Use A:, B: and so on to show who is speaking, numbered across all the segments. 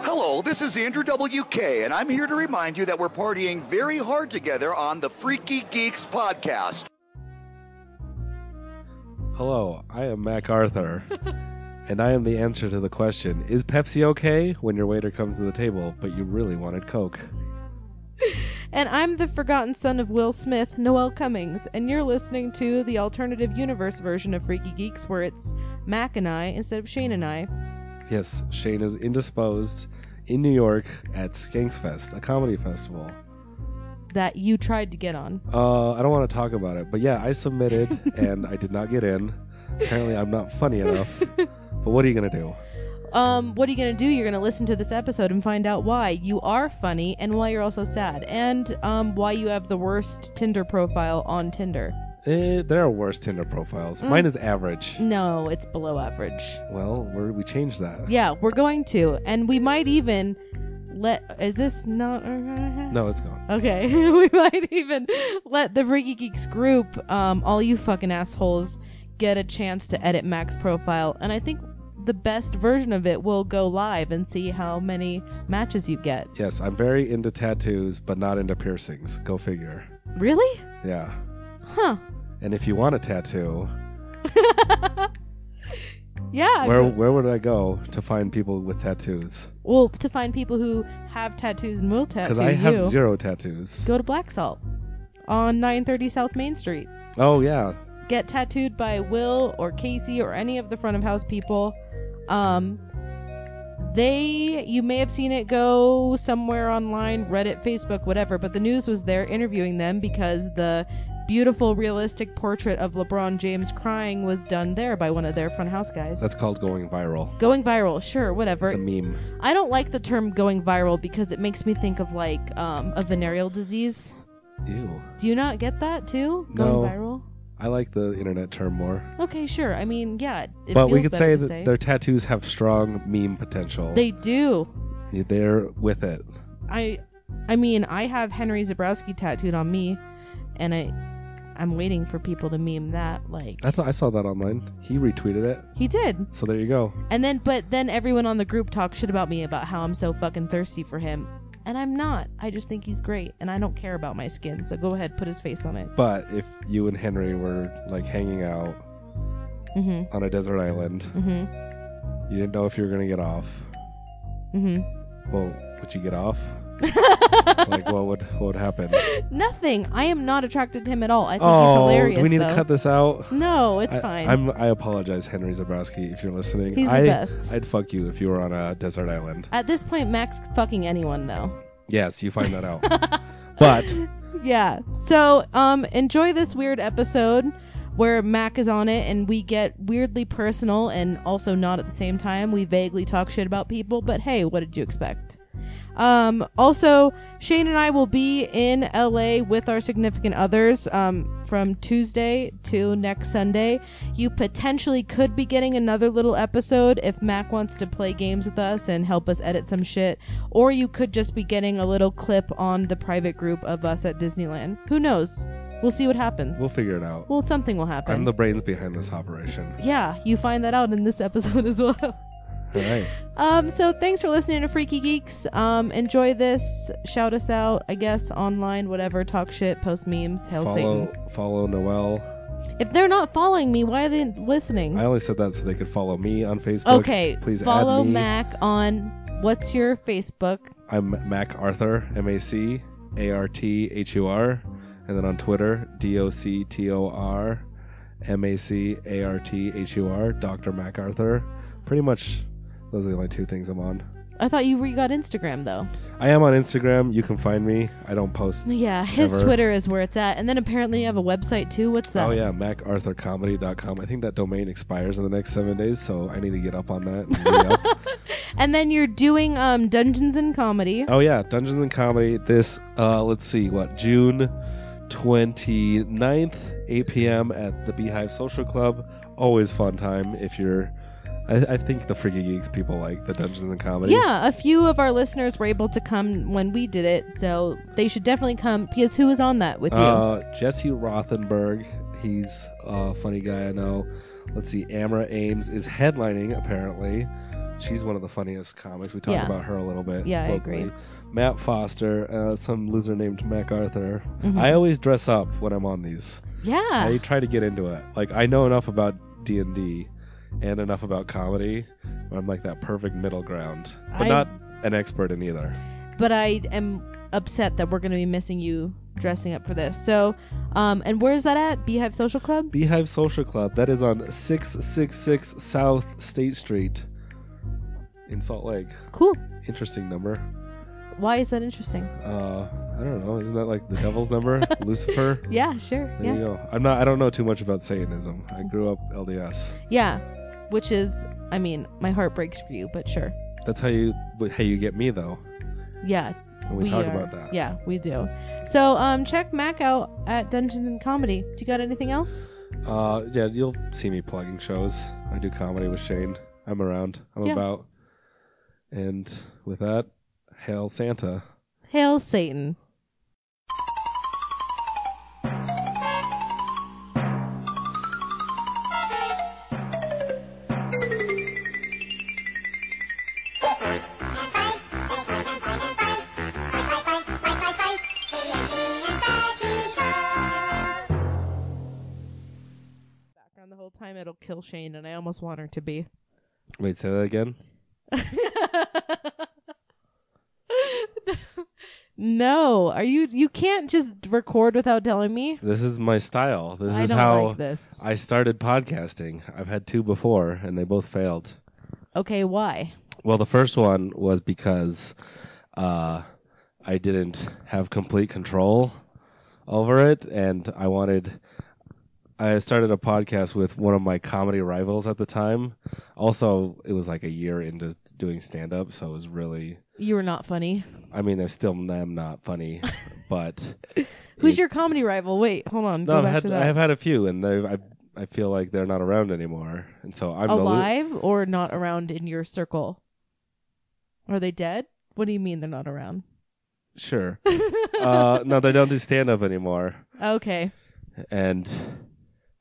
A: people. This is Andrew WK, and I'm here to remind you that we're partying very hard together on the Freaky Geeks podcast.
B: Hello, I am Mac Arthur, and I am the answer to the question Is Pepsi okay when your waiter comes to the table, but you really wanted Coke?
C: And I'm the forgotten son of Will Smith, Noel Cummings, and you're listening to the alternative universe version of Freaky Geeks where it's Mac and I instead of Shane and I.
B: Yes, Shane is indisposed in New York at Skanks Fest, a comedy festival.
C: That you tried to get on.
B: Uh, I don't want to talk about it, but yeah, I submitted and I did not get in. Apparently, I'm not funny enough. But what are you going to do?
C: Um, what are you gonna do? You're gonna listen to this episode and find out why you are funny and why you're also sad, and um, why you have the worst Tinder profile on Tinder.
B: Eh, there are worse Tinder profiles.
C: Mm.
B: Mine is average.
C: No, it's below average.
B: Well, we're, we changed that.
C: Yeah, we're going to, and we might even let. Is this not?
B: No, it's gone.
C: Okay, we might even let the Freaky Geeks group, um, all you fucking assholes, get a chance to edit Mac's profile, and I think the best version of it will go live and see how many matches you get.
B: Yes, I'm very into tattoos, but not into piercings. Go figure.
C: Really?
B: Yeah.
C: Huh.
B: And if you want a tattoo,
C: Yeah.
B: where
C: go-
B: where would I go to find people with tattoos?
C: well, to find people who have tattoos and will tattoo
B: Because I have
C: you,
B: zero tattoos.
C: go to Black Salt on 930 South Main Street.
B: Oh yeah,
C: Get tattooed by Will or Casey or any of the front of house people. Um, they, you may have seen it go somewhere online, Reddit, Facebook, whatever, but the news was there interviewing them because the beautiful, realistic portrait of LeBron James crying was done there by one of their front house guys.
B: that's called going viral.
C: Going viral, sure, whatever.
B: It's a meme.
C: I don't like the term going viral because it makes me think of like um, a venereal disease.
B: Ew.
C: Do you not get that too?
B: No.
C: Going viral?
B: I like the internet term more.
C: Okay, sure. I mean, yeah. It
B: but
C: feels
B: we could say
C: better to
B: that their tattoos have strong meme potential.
C: they do.
B: They're with it.
C: I, I mean, I have Henry Zabrowski tattooed on me, and I, I'm waiting for people to meme that. Like
B: I thought I saw that online. He retweeted it.
C: he did,
B: So there you go.
C: and then but then everyone on the group talks shit about me about how I'm so fucking thirsty for him, and I'm not. I just think he's great, and I don't care about my skin. So go ahead, put his face on it.
B: But if you and Henry were like hanging out
C: Mm-hmm.
B: on a desert island,
C: Mm-hmm.
B: you didn't know if you were gonna get off.
C: Mm-hmm.
B: Well, would you get off? like, what would what would happen?
C: Nothing. I am not attracted to him at all. I think he's
B: oh,
C: hilarious.
B: do we need
C: though.
B: to cut this out?
C: No, it's
B: I,
C: fine.
B: I'm, I apologize, Henry Zabrowski, if you're listening.
C: He's the
B: I,
C: best.
B: I'd fuck you if you were on a desert island.
C: At this point, Max fucking anyone though.
B: Yes, you find that out. but
C: Yeah. So, um, enjoy this weird episode where Mac is on it, and we get weirdly personal, and also not at the same time. We vaguely talk shit about people, but hey, what did you expect? Um, also, Shane and I will be in LA with our significant others um, from Tuesday to next Sunday. You potentially could be getting another little episode if Mac wants to play games with us and help us edit some shit, or you could just be getting a little clip on the private group of us at Disneyland. Who knows? We'll see what happens.
B: we'll figure it out.
C: well, something will happen.
B: I'm the brains behind this operation.
C: yeah, you find that out in this episode as well.
B: All right.
C: Um, so thanks for listening to Freaky Geeks. Um, enjoy this. Shout us out, I guess, online, whatever. Talk shit, post memes, hail
B: follow follow Noel.
C: Satan. If they're not following me, why are they listening?
B: I only said that so they could follow me on Facebook.
C: okay,
B: Please
C: follow
B: add me.
C: Mac on what's your Facebook?
B: I'm Mac Arthur, M A C A R T H U R, and then on Twitter, D O C T O R M A C A R T H U R, Dr. Mac Arthur. Pretty much those are the only two things I'm on.
C: I thought you re got Instagram though.
B: I am on Instagram. You can find me. I don't post.
C: Yeah, his
B: Ever.
C: Twitter is where it's at, and then apparently you have a website too. What's that?
B: Oh, yeah, macarthurcomedy.com. I think that domain expires in the next seven days, so I need to get up on that. and re-up.
C: And then you're doing um Dungeons and Comedy.
B: oh, yeah, Dungeons and Comedy. This, uh, let's see, what, June 29th, 8 p.m. at the Beehive Social Club. Always fun time if you're. I, I think the Freaky Geeks people like the Dungeons and Comedy.
C: Yeah, a few of our listeners were able to come when we did it, so they should definitely come because who was on that with you?
B: Uh, Jesse Rothenberg, he's a funny guy I know. Let's see, Amara Ames is headlining apparently. She's one of the funniest comics. We talked
C: Yeah.
B: about her a little bit.
C: Yeah, I agree.
B: Matt Foster, uh, some loser named MacArthur.
C: Mhm.
B: I always dress up when I'm on these. I
C: yeah.
B: try to get into it. Like I know enough about D and D, and enough about comedy. where I'm like that perfect middle ground, but
C: I-
B: not an expert in either.
C: but I am upset that we're going to be missing you dressing up for this. So, um, and where is that at? Beehive Social Club?
B: Beehive Social Club. That is on 666 South State Street in Salt Lake.
C: Cool.
B: Interesting number.
C: Why is that interesting?
B: Uh, I don't know. Isn't that like the devil's number? Lucifer?
C: Yeah, sure.
B: There
C: Yeah.
B: you go. I'm not. I don't know too much about Satanism. I grew up LDS.
C: Yeah. Which is, I mean, my heart breaks for you, but sure.
B: That's how you. but How you get me though.
C: Yeah.
B: And we, talk about that.
C: Yeah, we do. So, um, check Mac out at Dungeons and Comedy. Do you got anything else?
B: Uh, yeah. You'll see me plugging shows. I do comedy with Shane. I'm around. I'm
C: Yeah.
B: about. And with that, hail Santa.
C: Hail Satan. Background the whole time, it'll kill Shane, and I almost want her to be.
B: Wait, say that again.
C: no, are you? You can't just record without telling me.
B: This is my style. This
C: I
B: is
C: don't
B: how
C: like this.
B: I started podcasting. I've had two before, and they both failed.
C: Okay, why?
B: Well, the first one was because uh, I didn't have complete control over it, and I wanted. I started a podcast with one of my comedy rivals at the time. Also, it was like a year into doing stand up, so it was really.
C: You were not funny.
B: I mean, I still am not funny, but
C: Who's
B: It-
C: your comedy rival? Wait, hold
B: no,
C: on. go
B: I've
C: back to
B: had,
C: that.
B: I've had a few, and they've- I I feel like they're not around anymore, and so I'm the lo-
C: Alive or not around in your circle? Are they dead? What do you mean they're not around?
B: Sure. uh, no, they don't do stand up anymore.
C: Okay.
B: And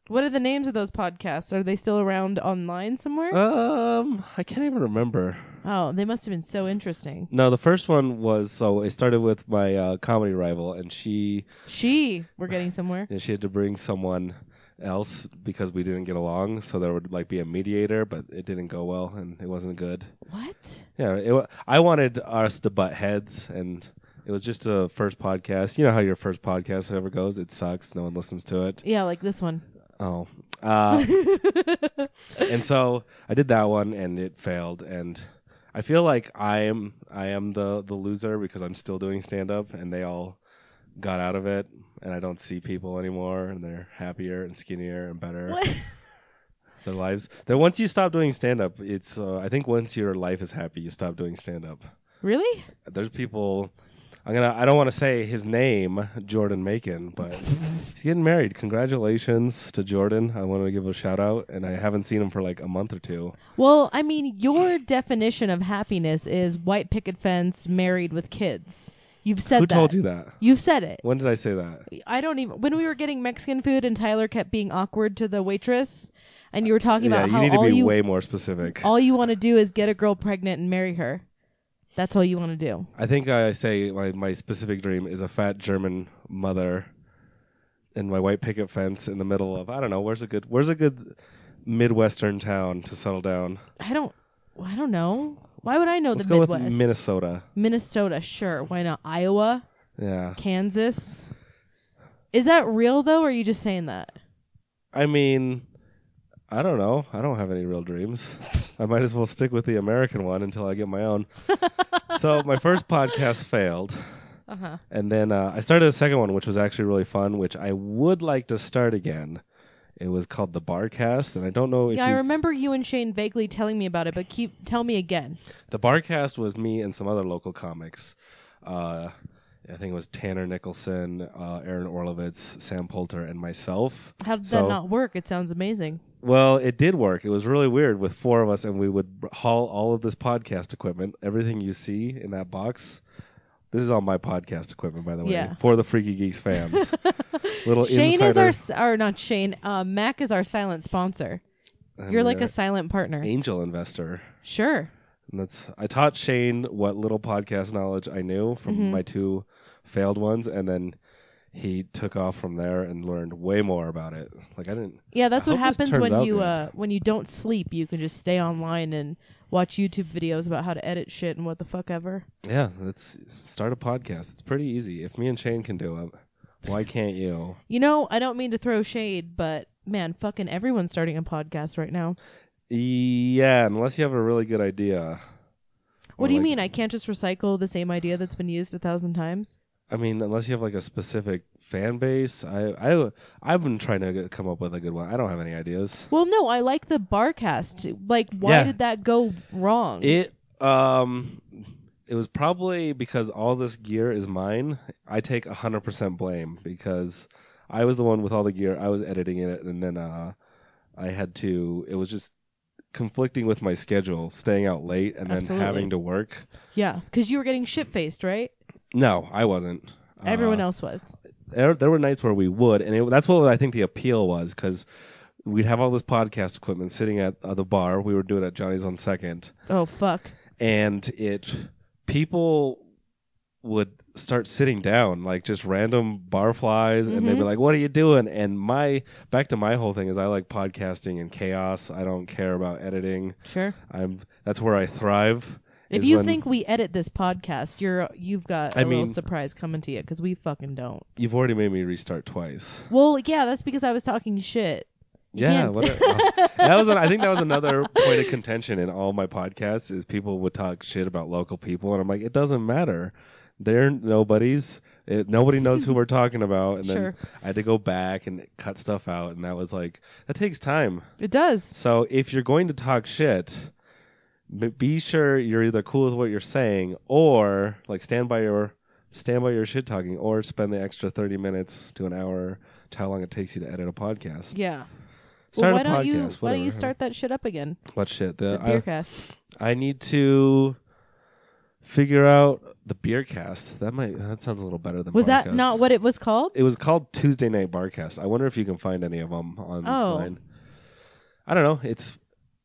C: What are the names of those podcasts? Are they still around online somewhere?
B: um, I can't even remember.
C: oh, they must have been so interesting.
B: No, the first one was so it started with my uh, comedy rival, and she
C: She, we're getting somewhere.
B: and she had to bring someone else because we didn't get along. So there would like be a mediator, but it didn't go well, and it wasn't good.
C: What?
B: Yeah, it, wa- I wanted us to butt heads, and it was just a first podcast. You know how your first podcast ever goes? It sucks. No one listens to it.
C: Yeah, like this one.
B: Oh. Uh, and so I did that one and it failed and I feel like I am I am the the loser because I'm still doing stand up and they all got out of it and I don't see people anymore and they're happier and skinnier and better
C: What?
B: their lives. Then once you stop doing stand up, it's uh, I think once your life is happy, you stop doing stand up.
C: Really?
B: There's people I'm going to I don't want to say his name, Jordan Macon, but He's getting married. Congratulations to Jordan. I want to give a shout out, and I haven't seen him for like a month or two.
C: Well, I mean, your definition of happiness is white picket fence, married with kids. You've said
B: Who
C: that.
B: told you that?
C: You've said it.
B: When did I say that?
C: I don't even. When we were getting Mexican food and Tyler kept being awkward to the waitress, and you were talking
B: yeah,
C: about
B: you
C: how
B: need to
C: all
B: be
C: you
B: way more specific.
C: all you want to do is get a girl pregnant and marry her. That's all you want to do.
B: I think I say my, my specific dream is a fat German mother and my white picket fence in the middle of I don't know where's a good where's a good midwestern town to settle down.
C: I don't. I don't know. Why would I know
B: Let's
C: Oh, the
B: go
C: Midwest?
B: with Minnesota.
C: Minnesota, sure. Why not Iowa,
B: Yeah,
C: Kansas? Is that real though, or are you just saying that?
B: I mean, I don't know. I don't have any real dreams. I might as well stick with the American one until I get my own. so my first podcast failed,
C: Uh huh.
B: and then uh, I started a second one, which was actually really fun, which I would like to start again. It was called the Barcast, and I don't know if
C: Yeah, I
B: you,
C: remember you and Shane vaguely telling me about it, but keep tell me again.
B: the Barcast was me and some other local comics. Uh, I think it was Tanner Nicholson, uh, Aaron Orlovitz, Sam Poulter, and myself.
C: How did that
B: So-
C: not work? It sounds amazing.
B: Well, it did work. It was really weird with four of us, and we would haul all of this podcast equipment, everything you see in that box. This is all my podcast equipment, by the way,
C: Yeah.
B: for the Freaky Geeks fans. Little
C: Shane
B: insider.
C: is our, or not Shane. Uh, Mac is our silent sponsor.
B: I mean,
C: You're like a silent partner.
B: angel investor.
C: Sure.
B: And that's I taught Shane what little podcast knowledge I knew from
C: Mhm.
B: my two failed ones, and then he took off from there and learned way more about it. Like I didn't.
C: Yeah, that's
B: I
C: what
B: hope this
C: happens
B: turns
C: when
B: out
C: you
B: good.
C: uh, when you don't sleep. You can just stay online and watch YouTube videos about how to edit shit and what the fuck ever.
B: Yeah, let's start a podcast. It's pretty easy. If me and Shane can do it, why can't you?
C: You know, I don't mean to throw shade, but man, fucking everyone's starting a podcast right now.
B: Yeah, unless you have a really good idea.
C: What
B: Or,
C: do you
B: like-
C: mean? I can't just recycle the same idea that's been used a thousand times?
B: I mean, unless you have like a specific fan base. I I I've been trying to get, come up with a good one. I don't have any ideas.
C: Well, no, I like the barcast. Like, why
B: Yeah.
C: did that go wrong?
B: It um it was probably because all this gear is mine. I take 100% blame because I was the one with all the gear. I was editing it and then uh I had to it was just conflicting with my schedule, staying out late and
C: Absolutely.
B: then having to work.
C: yeah, because you were getting shit faced, right?
B: No, I wasn't.
C: Everyone
B: Uh,
C: else was.
B: there, there were nights where we would, and it, that's what I think the appeal was because we'd have all this podcast equipment sitting at uh, the bar. We were doing it at Johnny's on Second,
C: Oh fuck.
B: and it people would start sitting down like just random bar flies and
C: Mm-hmm.
B: they'd be like what are you doing and my back to my whole thing is i like podcasting and chaos i don't care about editing
C: Sure.
B: i'm that's where i thrive
C: If
B: is
C: you
B: when
C: think we edit this podcast, you're you've got a
B: I
C: little
B: mean-
C: surprise coming to you because we fucking don't.
B: you've already made me restart twice
C: Well, yeah, that's because I was talking shit. You
B: Yeah,
C: can't-
B: what a- uh, that was. An, I think that was another point of contention in all my podcasts is people would talk shit about local people, and I'm like, it doesn't matter. They're nobodies. It, nobody knows who we're talking about, and
C: Sure.
B: then I had to go back and cut stuff out, and that was like that takes time.
C: It does.
B: So if you're going to talk shit, b- be sure you're either cool with what you're saying, or like stand by your stand by your shit talking, or spend the extra thirty minutes to an hour to how long it takes you to edit a podcast.
C: Yeah.
B: Start
C: well, why
B: a podcast.
C: don't you why don't
B: whatever. Uh,
C: you start that shit up again?
B: What shit?
C: The
B: The,
C: beer cast.
B: I, I need to figure out the beer cast. That might that sounds a little better than
C: Was that
B: Barcast.
C: not what it was called?
B: It was called Tuesday Night Barcast. I wonder if you can find any of them online.
C: Oh.
B: I don't know. It's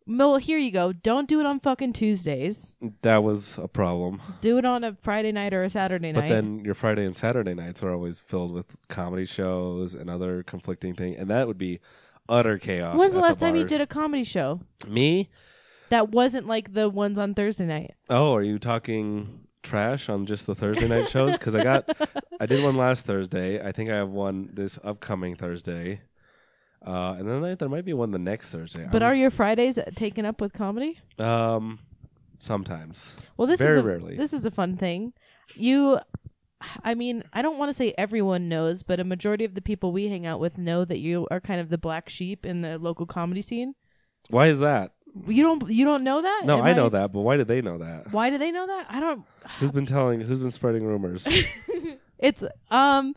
C: Well, here you go. Don't do it on fucking Tuesdays.
B: that was a problem.
C: Do it on a Friday night or a Saturday
B: But
C: night.
B: then your Friday and Saturday nights are always filled with comedy shows and other conflicting thing, and that would be utter chaos.
C: When's the
B: at
C: last time you
B: bar.
C: did a comedy show
B: me?
C: that wasn't like the ones on Thursday night?
B: Oh, are you talking trash on just the Thursday night shows? Because I got, I did one last Thursday. I think I have one this upcoming Thursday, uh, and then there- there might be one the next Thursday.
C: But
B: I'm-
C: are your Fridays taken up with comedy?
B: um, sometimes
C: Well, this is
B: Very
C: a,
B: rarely.
C: This is a fun thing. You, I mean, I don't want to say everyone knows, but a majority of the people we hang out with know that you are kind of the black sheep in the local comedy scene.
B: why is that?
C: You don't you don't know that?
B: No,
C: Am
B: I know that, but why do they know that?
C: Why do they know that? I don't.
B: Who's been telling? Who's been spreading rumors?
C: It's um,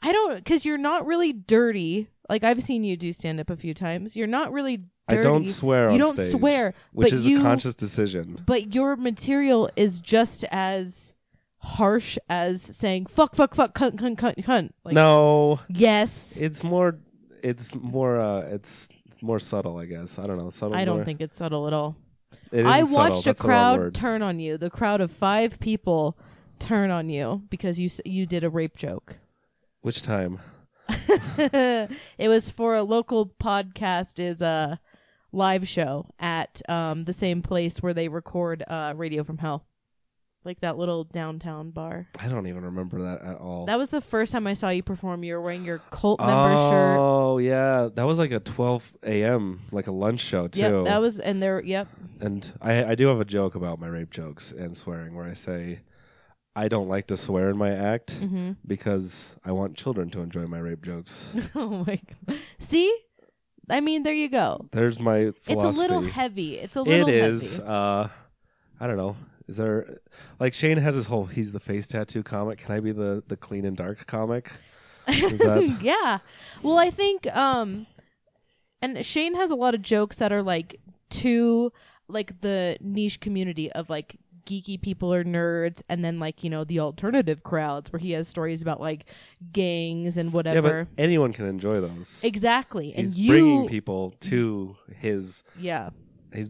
C: I don't because you're not really dirty. Like I've seen you do stand up a few times. You're not really.
B: I
C: Dirty.
B: don't swear.
C: You
B: on
C: don't
B: stage,
C: swear,
B: which
C: but
B: is
C: you-
B: a conscious decision.
C: but your material is just as harsh as saying fuck, fuck, fuck, cunt, cunt, cunt, cunt. Like,
B: no,
C: Yes.
B: it's more. It's more. Uh, it's. it's More subtle, I guess. I don't know. Subtle.
C: I don't think it's subtle at all.
B: It isn't
C: I
B: subtle.
C: watched a
B: That's the wrong
C: crowd
B: word.
C: turn on you. The crowd of five people turn on you because you s- you did a rape joke.
B: Which time?
C: it was for a local podcast is a live show at um, the same place where they record uh, Radio from Hell, like that little downtown bar.
B: I don't even remember that at all.
C: That was the first time I saw you perform. You were wearing your cult member shirt.
B: Oh yeah, that was like a 12 a.m. like a lunch show too.
C: Yep, that was and there. Yep,
B: And I I do have a joke about my rape jokes and swearing where I say I don't like to swear in my act
C: hmm
B: because I want children to enjoy my rape jokes.
C: oh my god! See, I mean, there you go.
B: There's my philosophy.
C: It's a little heavy. It's a
B: It
C: little
B: is.
C: heavy.
B: Uh, I don't know. Is there like Shane has his whole he's the face tattoo comic? Can I be the the clean and dark comic? Is that-
C: yeah. Well, I think um and Shane has a lot of jokes that are like to like the niche community of like geeky people or nerds and then like, you know, the alternative crowds where he has stories about like gangs and
B: yeah,
C: whatever.
B: but anyone can enjoy those.
C: exactly.
B: He's
C: and you
B: bringing people to his
C: Yeah.
B: he's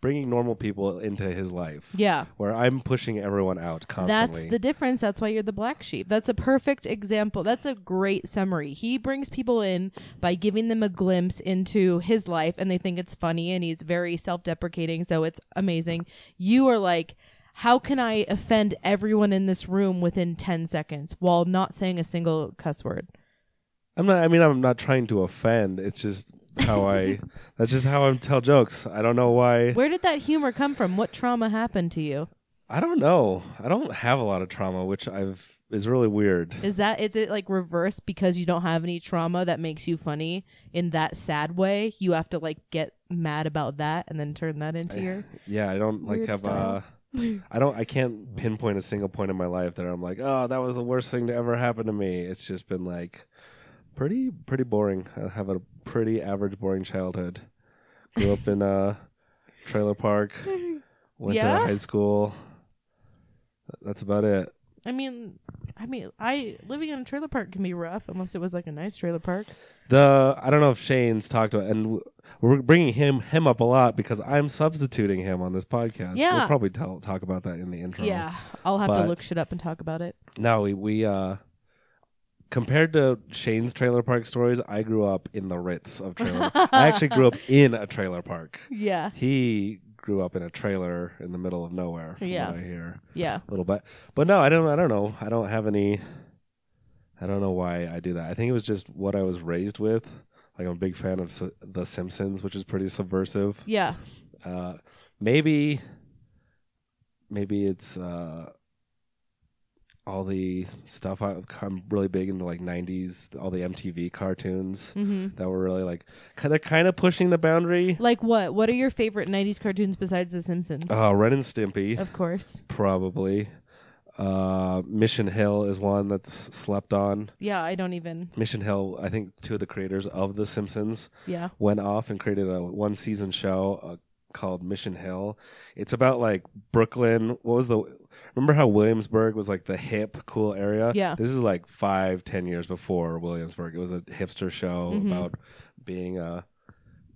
B: bringing normal people into his life.
C: Yeah.
B: Where I'm pushing everyone out constantly.
C: That's the difference. That's why you're the black sheep. That's a perfect example. That's a great summary. He brings people in by giving them a glimpse into his life and they think it's funny and he's very self deprecating. So it's amazing. You are like, how can I offend everyone in this room within 10 seconds while not saying a single cuss word?
B: I'm not. I mean, I'm not trying to offend. It's just how I. that's just how I tell jokes. I don't know why.
C: Where did that humor come from? What trauma happened to you?
B: I don't know. I don't have a lot of trauma, which I've is really weird.
C: Is that is it like reversed because you don't have any trauma that makes you funny in that sad way? You have to like get mad about that and then turn that into your
B: Yeah, I don't like
C: Weird
B: have. Uh,
C: style.
B: I don't. I can't pinpoint a single point in my life that I'm like, oh, that was the worst thing to ever happen to me. It's just been like pretty, pretty boring. I have a pretty average, boring childhood. Grew up in a trailer park. Went
C: Yeah?
B: to high school. That's about it.
C: I mean I mean I living in a trailer park can be rough unless it was like a nice trailer park.
B: The I don't know if Shane's talked about, and w- we're bringing him him up a lot because I'm substituting him on this podcast.
C: Yeah.
B: we'll probably tell, talk about that in the intro.
C: Yeah. I'll have
B: But-
C: to look shit up and talk about it.
B: No, we we uh, compared to Shane's trailer park stories, I grew up in the Ritz of trailer. I actually grew up in a trailer park.
C: Yeah.
B: He grew up in a trailer in the middle of nowhere. From
C: Yeah.
B: what I hear
C: Yeah.
B: a little bit, but no, I don't. I don't know. I don't have any. I don't know why I do that. I think it was just what I was raised with. Like I'm a big fan of Su- The Simpsons, which is pretty subversive.
C: Yeah.
B: Uh, maybe, maybe it's uh, all the stuff I, I'm really big into, like '90s, all the MTV cartoons
C: Mhm.
B: that were really like ki- they're kind of pushing the boundary.
C: Like what? What are your favorite 90s cartoons besides The Simpsons?
B: Uh, Ren and Stimpy,
C: of course.
B: probably. Uh, Mission Hill is one that's slept on.
C: Yeah, I don't even.
B: Mission Hill, I think two of the creators of The Simpsons
C: Yeah.
B: went off and created a one season show uh, called Mission Hill. It's about like Brooklyn. What was the remember how Williamsburg was like the hip, cool area?
C: Yeah.
B: This is like five, ten years before Williamsburg. It was a hipster show
C: Mhm.
B: about being a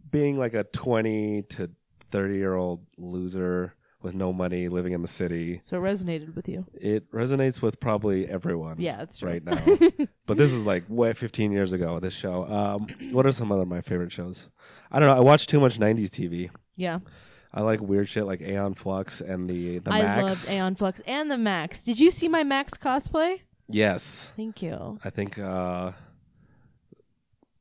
B: being like a twenty to thirty year old loser with no money living in the city.
C: So it resonated with you.
B: It resonates with probably everyone
C: Yeah, that's true.
B: right now. but this is like way 15 years ago. This show. Um, what are some other my favorite shows? I don't know. I watch too much 90s TV.
C: Yeah.
B: I like weird shit like Aeon Flux and the the
C: I
B: Max.
C: loved Aeon Flux and the Max. Did you see my Max cosplay?
B: Yes,
C: Thank you.
B: I think uh,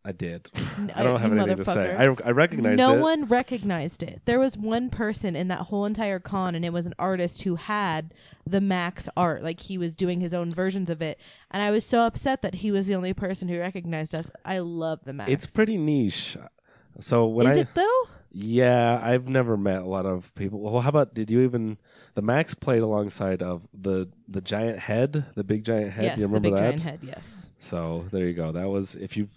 B: I did.
C: N- uh,
B: I don't have
C: you
B: anything to say. I
C: motherfucker.
B: I recognize
C: no
B: it.
C: one recognized it. There was one person in that whole entire con, and it was an artist who had the Max art. Like he was doing his own versions of it. And I was so upset that he was the only person who recognized us. I love the Max.
B: It's pretty niche. So when
C: Is
B: I
C: it though?
B: yeah, I've never met a lot of people. Well, how about did you even the Max played alongside of the the giant head, the big giant head?
C: yes,
B: Do you
C: the
B: remember
C: big
B: that?
C: giant head. Yes.
B: So there you go. That was if you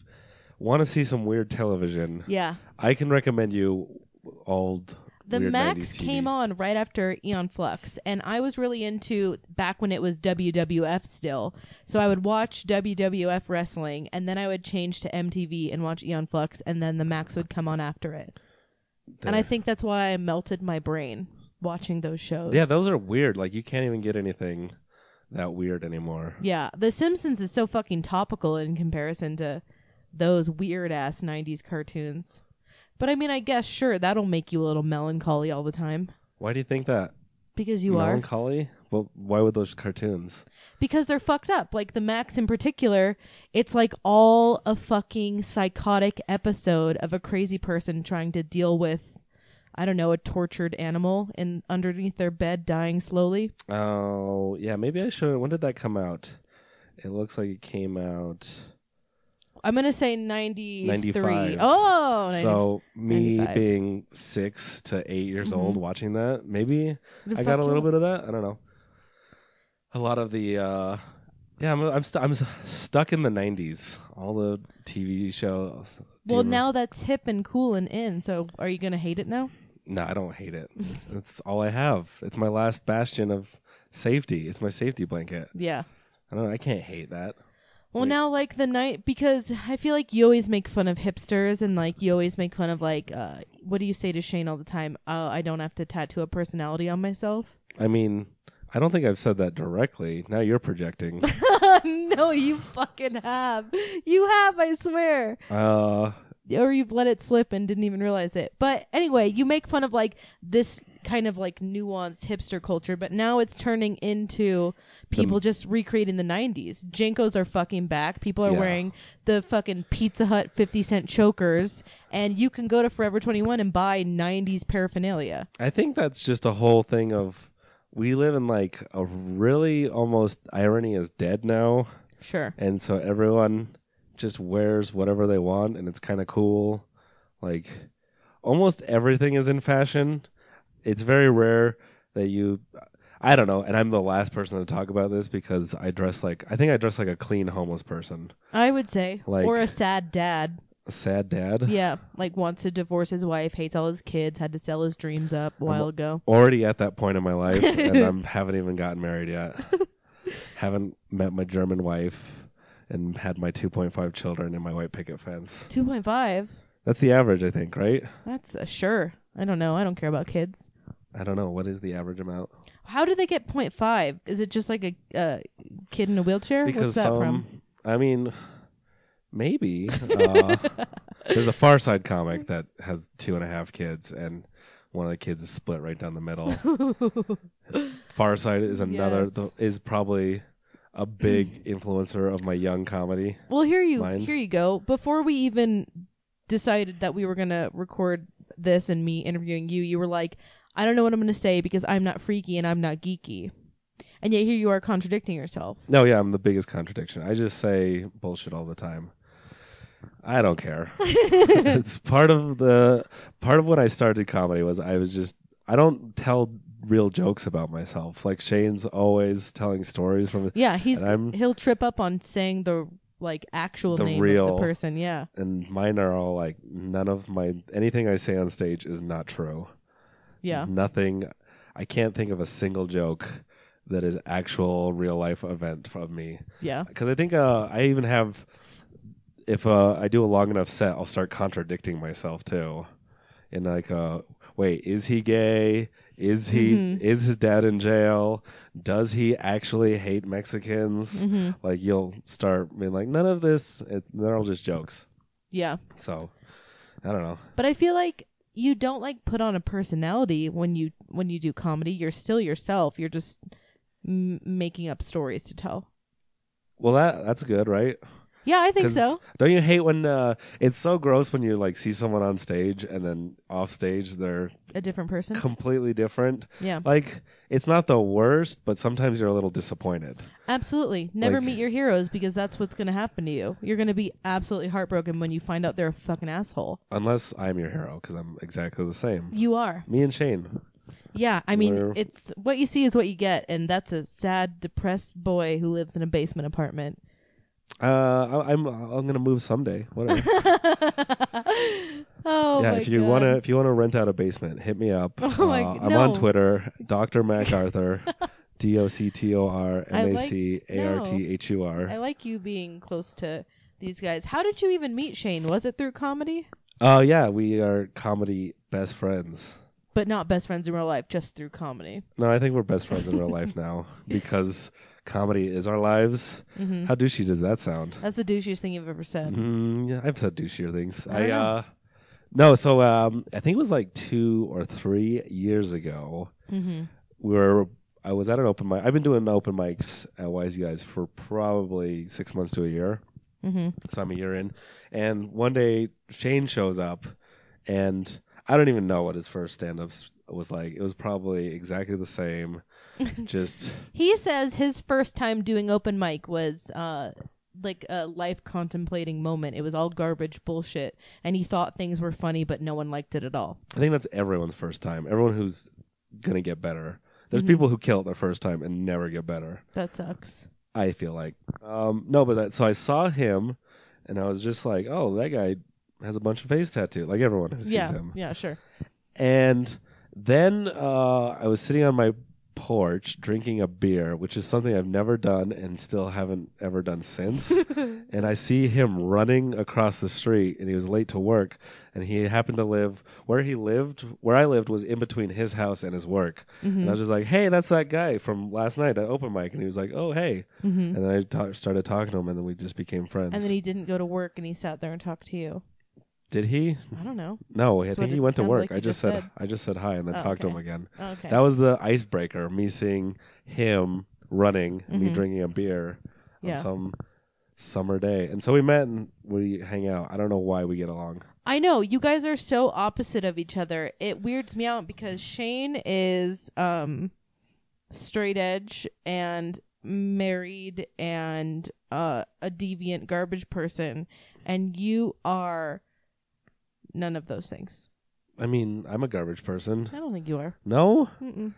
B: want to see some weird television,
C: Yeah.
B: I can recommend you old.
C: The
B: weird
C: Max
B: 90s TV.
C: came on right after Eon Flux, and I was really into back when it was WWF still. So I would watch WWF wrestling, and then I would change to MTV and watch Eon Flux, and then the Max would come on after it. And I
B: There.
C: think that's why I melted my brain watching those shows.
B: Yeah, those are weird. Like you can't even get anything that weird anymore.
C: yeah. The Simpsons is so fucking topical in comparison to those weird ass '90s cartoons. But I mean, I guess sure that'll make you a little melancholy all the time
B: Why do you think that?
C: because you are.
B: Melancholy? Well, why would those cartoons?
C: because they're fucked up. Like the Max in particular, it's like all a fucking psychotic episode of a crazy person trying to deal with I don't know, a tortured animal in underneath their bed dying slowly.
B: Oh, yeah, maybe I should. When did that come out? It looks like it came out.
C: I'm going to say 93.
B: 95.
C: Oh, 90.
B: So me
C: 95.
B: being six to eight years
C: Mm-hmm.
B: old, watching that, maybe
C: The
B: I got a
C: fucking-
B: little bit of that. I don't know. A lot of the, uh, yeah, I'm I'm, st- I'm s- stuck in the '90s. All the TV shows. Do you
C: Well,
B: remember-
C: now that's hip and cool and in. So are you going to hate it now?
B: no, I don't hate it. That's all I have. It's my last bastion of safety. It's my safety blanket.
C: Yeah.
B: I don't. I can't hate that.
C: Well,
B: Like-
C: now like the night because I feel like you always make fun of hipsters and like you always make fun of like uh, what do you say to Shane all the time? Uh, I don't have to tattoo a personality on myself.
B: I mean, I don't think I've said that directly. Now you're projecting.
C: no, you fucking have. You have, I swear.
B: uh,
C: Or you've let it slip and didn't even realize it. But anyway, you make fun of like this kind of like nuanced hipster culture, but now it's turning into people just recreating the 90s. Jinkos are fucking back. People are
B: Yeah.
C: wearing the fucking Pizza Hut 50 cent chokers, and you can go to Forever 21 and buy 90s paraphernalia.
B: I think that's just a whole thing of we live in like a really almost irony is dead now.
C: Sure.
B: and so everyone just wears whatever they want and it's kind of cool like almost everything is in fashion it's very rare that you i don't know and i'm the last person to talk about this because i dress like i think i dress like a clean homeless person
C: I would say.
B: Like-
C: or a sad dad.
B: a sad dad
C: Yeah, like wants to divorce his wife, hates all his kids, had to sell his dreams up a while ago.
B: already at that point in my life and i haven't even gotten married yet haven't met my german wife and had my 2.5 children in my white picket fence
C: Two point five.
B: that's the average i think right
C: That's a sure. I don't know. I don't care about kids.
B: i don't know what is the average amount
C: How do they get point five? Is it just like a uh, kid in a wheelchair? What's
B: because
C: that
B: some,
C: from?
B: I mean, maybe uh, there's a Far Side comic that has two and a half kids, and one of the kids is split right down the middle. um, Far Side is another
C: Yes.
B: th- is probably a big influencer of my young comedy.
C: Well, here you
B: Mine.
C: here you go. Before we even decided that we were gonna record this and me interviewing you, you were like, "I don't know what I'm gonna say because I'm not freaky and I'm not geeky," and yet here you are contradicting yourself.
B: No, yeah, I'm the biggest contradiction. I just say bullshit all the time. I don't care. it's part of the part of when I started comedy was I was just I don't tell real jokes about myself. Like Shane's always telling stories from
C: Yeah, he's
B: And I'm-
C: he'll trip up on saying the like actual
B: The
C: name of
B: real-
C: the person. Yeah,
B: and mine are all like none of my anything I say on stage is not true.
C: yeah.
B: Nothing I can't think of a single joke that is actual real life event from me.
C: Yeah.
B: because I think uh, I even have. If uh, I do a long enough set, I'll start contradicting myself too, and like, uh, wait, is he gay? Is he?
C: Mhm.
B: Is his dad in jail? Does he actually hate Mexicans?
C: hmm
B: Like, you'll start being like, none of this. It, they're all just jokes.
C: Yeah.
B: So, I don't know.
C: But I feel like you don't like put on a personality when you when you do comedy. You're still yourself. You're just m- making up stories to tell.
B: Well, that that's good, right?
C: Yeah, I think
B: 'Cause
C: so.
B: Don't you hate when uh, it's so gross when you like see someone on stage and then off stage they're
C: A different person.
B: completely different?
C: Yeah,
B: like it's not the worst, but sometimes you're a little disappointed.
C: absolutely. Never
B: Like-
C: meet your heroes because that's what's going to happen to you. You're going to be absolutely heartbroken when you find out they're a fucking asshole.
B: Unless I'm your hero, because I'm exactly the same.
C: You are.
B: Me and Shane.
C: Yeah, I mean,
B: We're-
C: it's what you see is what you get, and that's a sad, depressed boy who lives in a basement apartment.
B: Uh, I, I'm I'm gonna move someday. Whatever.
C: oh
B: yeah,
C: my
B: if you
C: God.
B: wanna if you wanna rent out a basement, hit me up. Uh,
C: Oh my-
B: I'm on
C: no.
B: Twitter, Doctor MacArthur, D O C T O R
C: I
B: M A
C: like-
B: C A R T H U
C: I
B: R.
C: like you being close to these guys. How did you even meet Shane? Was it through comedy?
B: Oh yeah, we are comedy best friends.
C: But not best friends in real life, just through comedy.
B: No, I think we're best friends in real life now because comedy is our lives.
C: hmm
B: How douchey does that sound?
C: That's the douchiest thing you've ever said.
B: Mm, yeah, I've said douchier things.
C: I
B: I,
C: don't know.
B: uh no, so um I think it was like two or three years ago.
C: hmm
B: We were I was at an open mic. I've been doing open mics at Wise Guys for probably six months to a year.
C: hmm
B: So I'm a year in. And one day Shane shows up and I don't even know what his first stand up was like. It was probably exactly the same. Just
C: He says his first time doing open mic was uh, like a life contemplating moment. It was all garbage bullshit, and he thought things were funny, but no one liked it at all.
B: I think that's everyone's first time. Everyone who's gonna get better. There's
C: Mhm.
B: people who kill it their first time and never get better.
C: That sucks.
B: I feel like. Um, no, but that, so I saw him, and I was just like, oh, that guy has a bunch of face tattoo, like everyone who sees
C: yeah,
B: him.
C: yeah, sure.
B: And then uh, I was sitting on my porch drinking a beer, which is something I've never done and still haven't ever done since. and I see him running across the street, and he was late to work. And he happened to live where he lived, where I lived, was in between his house and his work.
C: Hmm. Mm-hmm.
B: And I was just like, "Hey, that's that guy from last night at open mic." And he was like, "Oh, hey." And
C: Mm-hmm.
B: then I ta- started talking to him, and then we just became friends.
C: And then he didn't go to work, and he sat there and talked to you.
B: Did he?
C: I don't know.
B: No, I
C: That's
B: think
C: what
B: he
C: it
B: went to
C: sounded
B: work.
C: like
B: I
C: you
B: just
C: just
B: said,
C: said.
B: I just said hi, and then
C: Oh,
B: talked to him
C: okay.
B: again.
C: Okay.
B: That was the icebreaker. Me seeing him running, me
C: Mhm.
B: drinking a beer
C: Yeah.
B: on some summer day, and so we met and we hang out. I don't know why we get along.
C: I know you guys are so opposite of each other. It weirds me out because Shane is um straight edge and married and uh a deviant garbage person and you are none of those things.
B: I mean, I'm a garbage person.
C: I don't think you are.
B: No,
C: Mm-mm.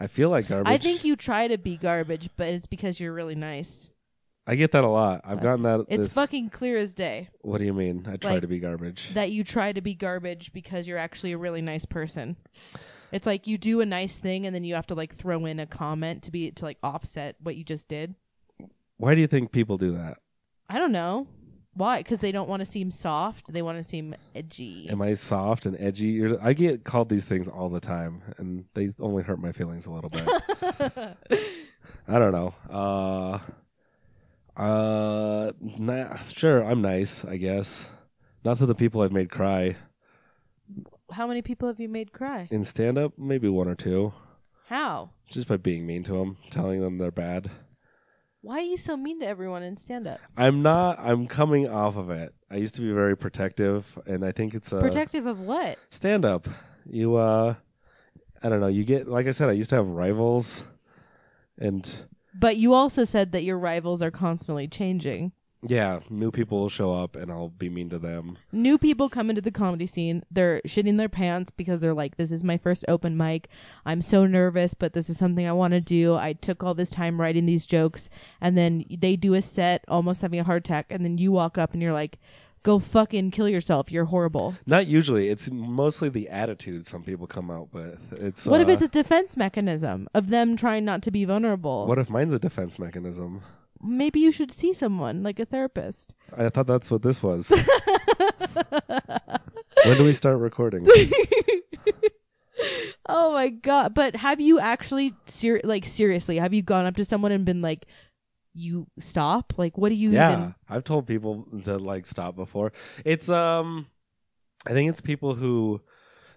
B: I feel like garbage.
C: I think you try to be garbage, but it's because you're really nice.
B: I get that a lot. I've gotten
C: That's-
B: that.
C: It's
B: this-
C: fucking clear as day
B: What do you mean? I try
C: like,
B: to be garbage.
C: that you try to be garbage because you're actually a really nice person. It's like you do a nice thing and then you have to like throw in a comment to be to like offset what you just did.
B: why do you think people do that?
C: I don't know why because they don't want to seem soft. They want to seem edgy.
B: Am I soft and edgy? You're, I get called these things all the time, and they only hurt my feelings a little bit. I don't know. Uh, uh, nah, sure, I'm nice, I guess. Not to the people I've made cry
C: How many people have you made cry?
B: in stand up, maybe one or two,
C: How?
B: just by being mean to them, telling them they're bad.
C: Why are you so mean to everyone in stand up?
B: I'm not, I'm coming off of it. I used to be very protective, and I think it's a
C: Protective of what?
B: stand up. You, uh, I don't know, you get, like I said, I used to have rivals, and
C: But you also said that your rivals are constantly changing.
B: yeah, new people will show up, and I'll be mean to them.
C: new people come into the comedy scene they're shitting their pants because they're like this is my first open mic i'm so nervous but this is something i want to do i took all this time writing these jokes and then they do a set almost having a heart attack and then you walk up and you're like go fucking kill yourself you're horrible
B: Not usually. It's mostly the attitude some people come out with. It's
C: what if
B: uh,
C: it's a defense mechanism of them trying not to be vulnerable
B: what if mine's a defense mechanism?
C: maybe you should see someone like a therapist
B: I thought that's what this was. when do we start recording?
C: oh my god but have you actually ser- like seriously have you gone up to someone and been like you stop like what do you
B: yeah,
C: even
B: I've told people to like stop before. It's um, I think it's people who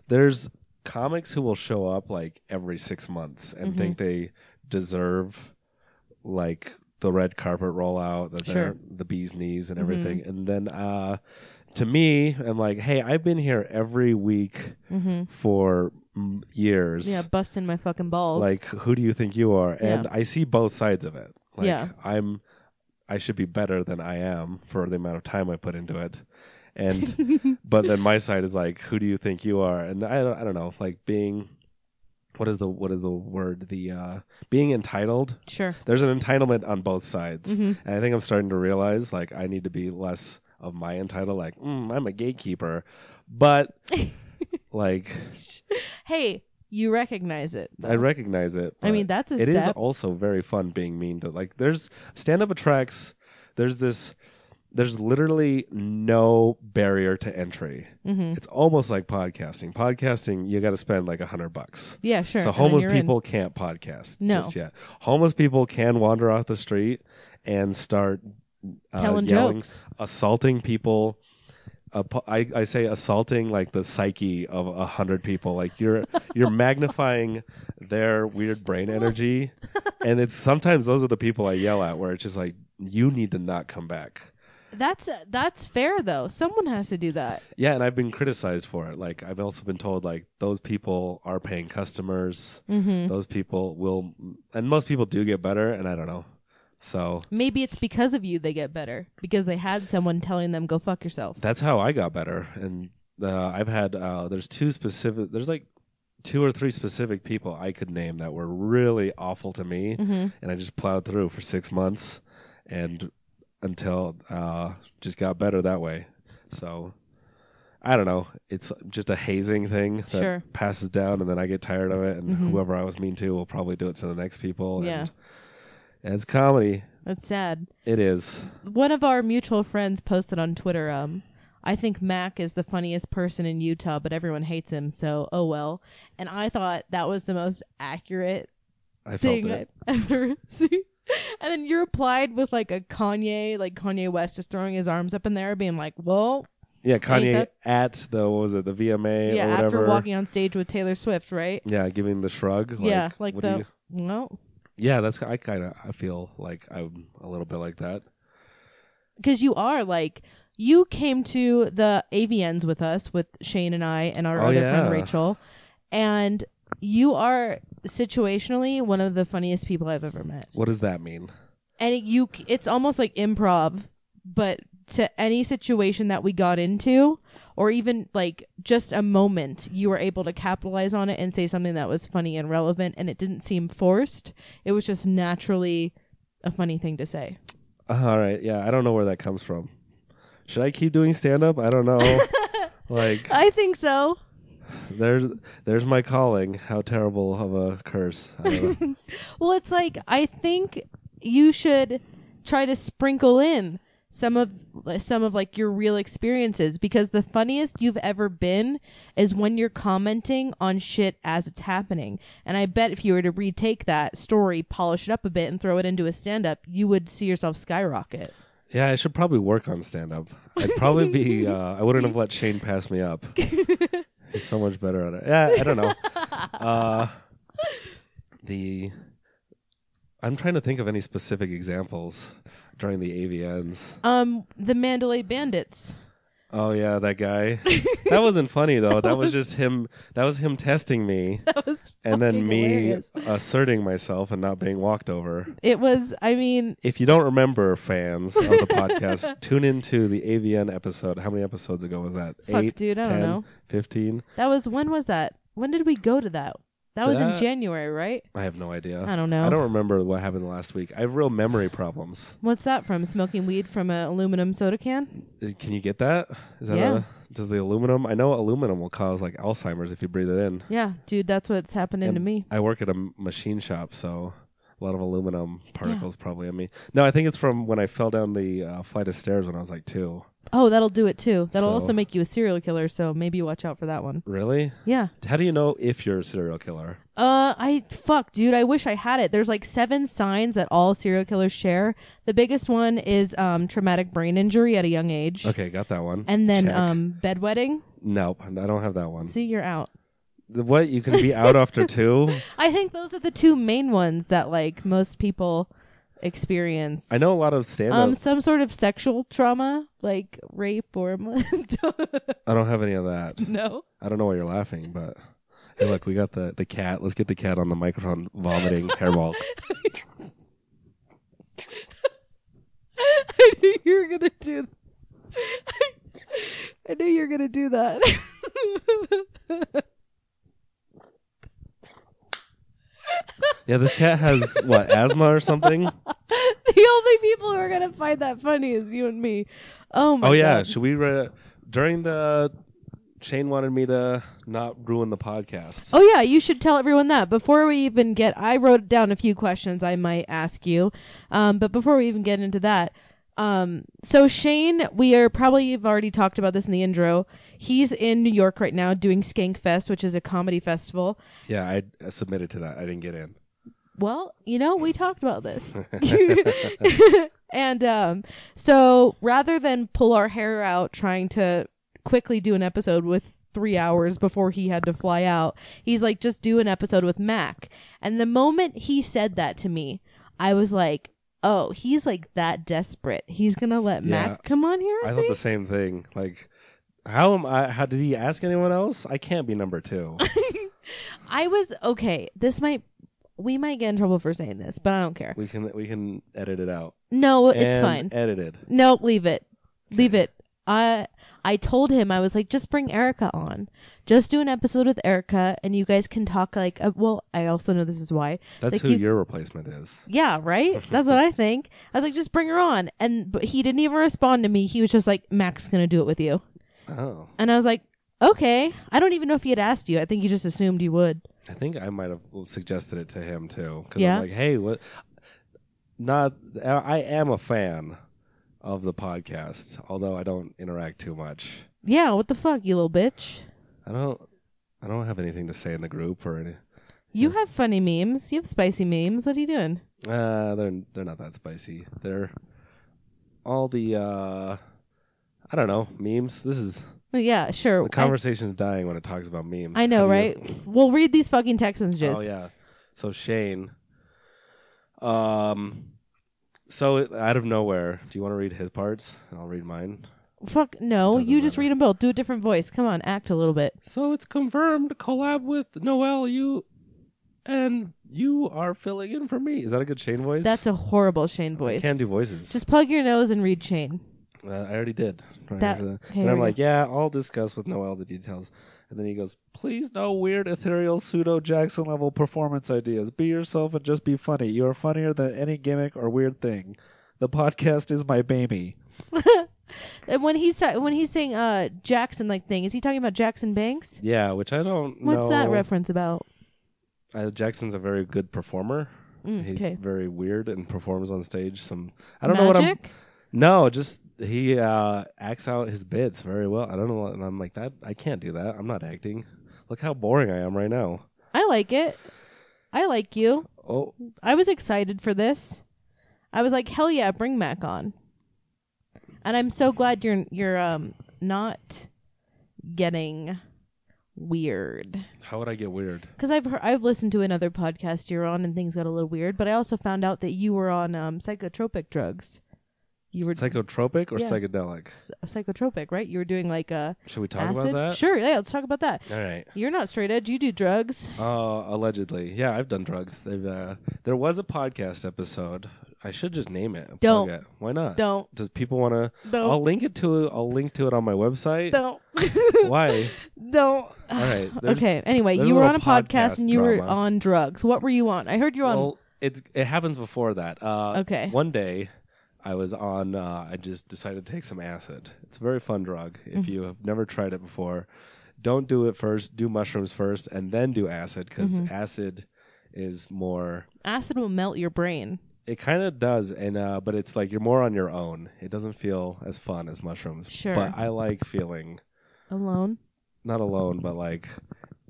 B: there's comics who will show up like every six months and
C: Mhm.
B: think they deserve like the red carpet rollout, that they're
C: Sure. Mm-hmm.
B: the bee's knees and everything, and then uh, to me, I'm like, hey, I've been here every week
C: mm-hmm.
B: for mm, years.
C: yeah busting my fucking balls
B: like who do you think you are and i see both sides of it like
C: Yeah.
B: i'm i should be better than i am for the amount of time i put into it and but then my side is like who do you think you are and i don't, I don't know like being what is the what is the word the uh being entitled
C: sure
B: there's an entitlement on both sides
C: Mhm.
B: and i think i'm starting to realize like i need to be less of my entitled like mm, i'm a gatekeeper but like
C: hey you recognize it though.
B: i recognize it
C: I mean
B: but-
C: that's a
B: it is
C: step
B: also very fun being mean to like there's stand up attracts there's this there's literally no barrier to entry
C: hmm
B: it's almost like podcasting podcasting you got to spend like a hundred bucks
C: yeah sure
B: so
C: and then
B: homeless
C: you're in.
B: people can't podcast
C: No.
B: just yet homeless people can wander off the street and start uh,
C: telling
B: yelling,
C: jokes
B: assaulting people Apo- I, I say assaulting like the psyche of a hundred people like you're you're magnifying their weird brain energy and it's sometimes those are the people i yell at where it's just like you need to not come back
C: that's that's fair though someone has to do that
B: yeah and i've been criticized for it like i've also been told like those people are paying customers
C: mm-hmm.
B: those people will and most people do get better and i don't know so
C: maybe it's because of you they get better because they had someone telling them go fuck yourself
B: that's how I got better. And uh, I've had uh, there's two specific there's like two or three specific people I could name that were really awful to me,
C: mm-hmm.
B: and I just plowed through for six months, and until uh, just got better that way. So I don't know. It's just a hazing thing that
C: Sure.
B: passes down, and then I get tired of it, and
C: Mhm.
B: whoever I was mean to will probably do it to the next people.
C: Yeah.
B: And it's comedy.
C: That's sad.
B: It is.
C: One of our mutual friends posted on Twitter, um, I think Mac is the funniest person in Utah, but everyone hates him, so oh well. And I thought that was the most accurate
B: I felt
C: thing I've
B: it.
C: ever seen. And then you replied with like a Kanye, like Kanye West just throwing his arms up in the air, being like, well,
B: Yeah, Kanye
C: that-
B: at the what was it, the VMA
C: yeah,
B: or whatever.
C: after walking on stage with Taylor Swift, right?
B: yeah, giving the shrug. Like,
C: yeah, like
B: what do
C: the,
B: you-
C: well,
B: yeah, that's I kind of I feel like I'm a little bit like that.
C: because you are like you came to the AVNs with us with Shane and I and our
B: Oh,
C: other
B: yeah.
C: friend Rachel, and you are situationally one of the funniest people I've ever met.
B: What does that mean?
C: And it, you, c- it's almost like improv, but to any situation that we got into, or even like just a moment, you were able to capitalize on it and say something that was funny and relevant, and it didn't seem forced. It was just naturally a funny thing to say.
B: Uh, All right, yeah, I don't know where that comes from. Should I keep doing stand up? I don't know. like
C: I think so.
B: there's there's my calling. How terrible of a curse. I don't know.
C: Well, it's like I think you should try to sprinkle in some of some of like your real experiences because the funniest you've ever been is when you're commenting on shit as it's happening. And I bet if you were to retake that story, polish it up a bit and throw it into a stand up, you would see yourself skyrocket.
B: yeah, I should probably work on stand up. I'd probably be. Uh, I wouldn't have let Shane pass me up. He's so much better at it. Yeah, I don't know. Uh, the I'm trying to think of any specific examples during the AVNs.
C: Um the Mandalay Bandits.
B: Oh yeah, that guy. that wasn't funny though. That was just him. That was him testing me,
C: That was
B: and then
C: fucking
B: me
C: hilarious.
B: asserting myself and not being walked over.
C: It was I mean
B: If you don't remember, fans of the podcast, tune into the AVN episode. How many episodes ago was that?
C: fuck
B: Eight,
C: dude, I don't
B: 10,
C: know.
B: 15?
C: That was when was that? When did we go to that? That was in
B: That-
C: January, right?
B: I have no idea.
C: I don't know.
B: I don't remember what happened last week. I have real memory problems.
C: What's that from? Smoking weed from an aluminum soda can?
B: Uh, Can you get that? Is that
C: Yeah.
B: a, does the aluminum? I know aluminum will cause like Alzheimer's if you breathe it in.
C: Yeah, dude, that's what's happening to
B: And
C: me.
B: I work at a m- machine shop, so a lot of aluminum particles probably on me. No, I think it's from when I fell down the uh, flight of stairs when I was like two.
C: Oh, that'll do it too. That'll
B: So-
C: also make you a serial killer, so maybe watch out for that one.
B: Really?
C: Yeah.
B: How do you know if you're a serial killer?
C: Uh, I fuck, dude. I wish I had it. There's like seven signs that all serial killers share. The biggest one is um traumatic brain injury at a young age,
B: Okay, got that one.
C: and then
B: Check.
C: um bedwetting.
B: nope, I don't have that one.
C: See, you're out.
B: The- What you can be out after two?
C: I think those are the two main ones that like most people experience.
B: I know a lot of stand up.
C: Um, some sort of sexual trauma, like rape or
B: I don't have any of that.
C: no.
B: I don't know why you're laughing, but hey, look, we got the the cat. Let's get the cat on the microphone vomiting hairball.
C: I knew you were gonna do. I knew you were gonna do that.
B: Yeah, this cat has what asthma or something.
C: the only people who are gonna find that funny is you and me. Oh my.
B: Oh yeah,
C: God.
B: should we re- during the Shane wanted me to not ruin the podcast.
C: Oh yeah, you should tell everyone that before we even get. I wrote down a few questions I might ask you, um, but before we even get into that, um, so Shane, we are probably have already talked about this in the intro. He's in New York right now doing Skank Fest, which is a comedy festival.
B: Yeah, I uh, submitted to that. I didn't get in.
C: Well, you know, we talked about this. and um, so rather than pull our hair out trying to quickly do an episode with three hours before he had to fly out, he's like, just do an episode with Mac. And the moment he said that to me, I was like, oh, he's like that desperate. He's going to let
B: Yeah.
C: Mac come on here?
B: I
C: with
B: thought
C: me?
B: the same thing. Like, how am I? How did he ask anyone else? I can't be number two.
C: I was, okay, this might, we might get in trouble for saying this, but I don't care.
B: we can we can edit it out.
C: No, it's
B: And
C: fine.
B: Edited.
C: Nope, leave it. Leave it. I I told him I was like, just bring Erica on. Just do an episode with Erica, and you guys can talk like. Uh, well, I also know this is why.
B: That's
C: like
B: who
C: you-
B: your replacement is.
C: Yeah, right. That's what I think. I was like, just bring her on, and but he didn't even respond to me. He was just like, Mac's gonna do it with you,
B: Oh,
C: And I was like, okay. I don't even know if he had asked you. I think he just assumed you would.
B: I think I might have suggested it to him too. Because
C: Yeah.
B: I'm like, hey, what? Not, I am a fan of the podcast, although I don't interact too much.
C: Yeah, what the fuck, you little bitch?
B: I don't, I don't have anything to say in the group or any.
C: You have funny memes. You have spicy memes. What are you doing?
B: Uh, they're they're not that spicy. They're all the, uh I don't know, memes. This is
C: Well, Yeah, sure.
B: the
C: Oh, I-
B: conversation's dying when it talks about memes.
C: I, know,
B: How do you-
C: right? We'll read these fucking text messages.
B: Oh yeah. So Shane, um, so out of nowhere, do you want to read his parts and I'll read mine?
C: Fuck no.
B: Doesn't
C: you just
B: matter.
C: read them both. Do a different voice. Come on, act a little bit.
B: So it's confirmed collab with Noel. You and you are filling in for me. Is that a good Shane voice?
C: That's a horrible Shane voice.
B: Can do voices.
C: Just plug your nose and read Shane.
B: Uh, I already did. Right
C: That-
B: after that. and
C: okay,
B: I'm
C: here we
B: like, yeah, I'll discuss with Noel the details. And then he goes, please no weird ethereal pseudo Jackson level performance ideas. Be yourself and just be funny. You are funnier than any gimmick or weird thing. The podcast is my baby.
C: And when he's ta- when he's saying uh Jackson like thing, is he talking about Jackson Banks?
B: Yeah, which I don't know.
C: What's that reference about?
B: Uh, Jackson's a very good performer.
C: Mm,
B: He's
C: okay.
B: very weird and performs on stage some. I don't know what I'm.
C: Magic?
B: No, just he uh, acts out his bits very well. I don't know, and I'm like that. I can't do that. I'm not acting. Look how boring I am right now.
C: I like it. I like you.
B: Oh,
C: I was excited for this. I was like, hell yeah, bring Mac on. And I'm so glad you're you're um not getting weird
B: how would I get weird?
C: because I've heard, I've listened to another podcast you're on and things got a little weird. But I also found out that you were on um psychotropic drugs. You were
B: Psychotropic or
C: Yeah.
B: psychedelic?
C: s- psychotropic, right? You were doing like a
B: Should we talk
C: acid.
B: about that?
C: Sure, yeah, let's talk about that.
B: All right.
C: You're not straight edge. You do drugs.
B: Uh, allegedly, yeah, I've done drugs. They've, uh, there was a podcast episode. I should just name it. and plug
C: Don't.
B: it. Why not?
C: Don't
B: Does people want to?
C: don't
B: I'll link it to. I'll link to it on my website.
C: don't
B: Why?
C: don't.
B: All right. Uh, there's-
C: Okay. Anyway,
B: there's
C: you
B: a
C: were
B: little
C: on a podcast,
B: podcast
C: and you were
B: drama.
C: on drugs. What were you on? I heard you're on.
B: Well, it it happens before that. Uh,
C: okay.
B: One day, I was on. Uh, I just decided to take some acid. It's a very fun drug.
C: Mm-hmm.
B: If you have never tried it before, don't do it first. Do mushrooms first, and then do acid because
C: Mm-hmm.
B: acid is more.
C: Acid will melt your brain.
B: It kind of does, and uh, but it's like you're more on your own. It doesn't feel as fun as mushrooms.
C: Sure.
B: But I like feeling
C: Alone.
B: not alone, but like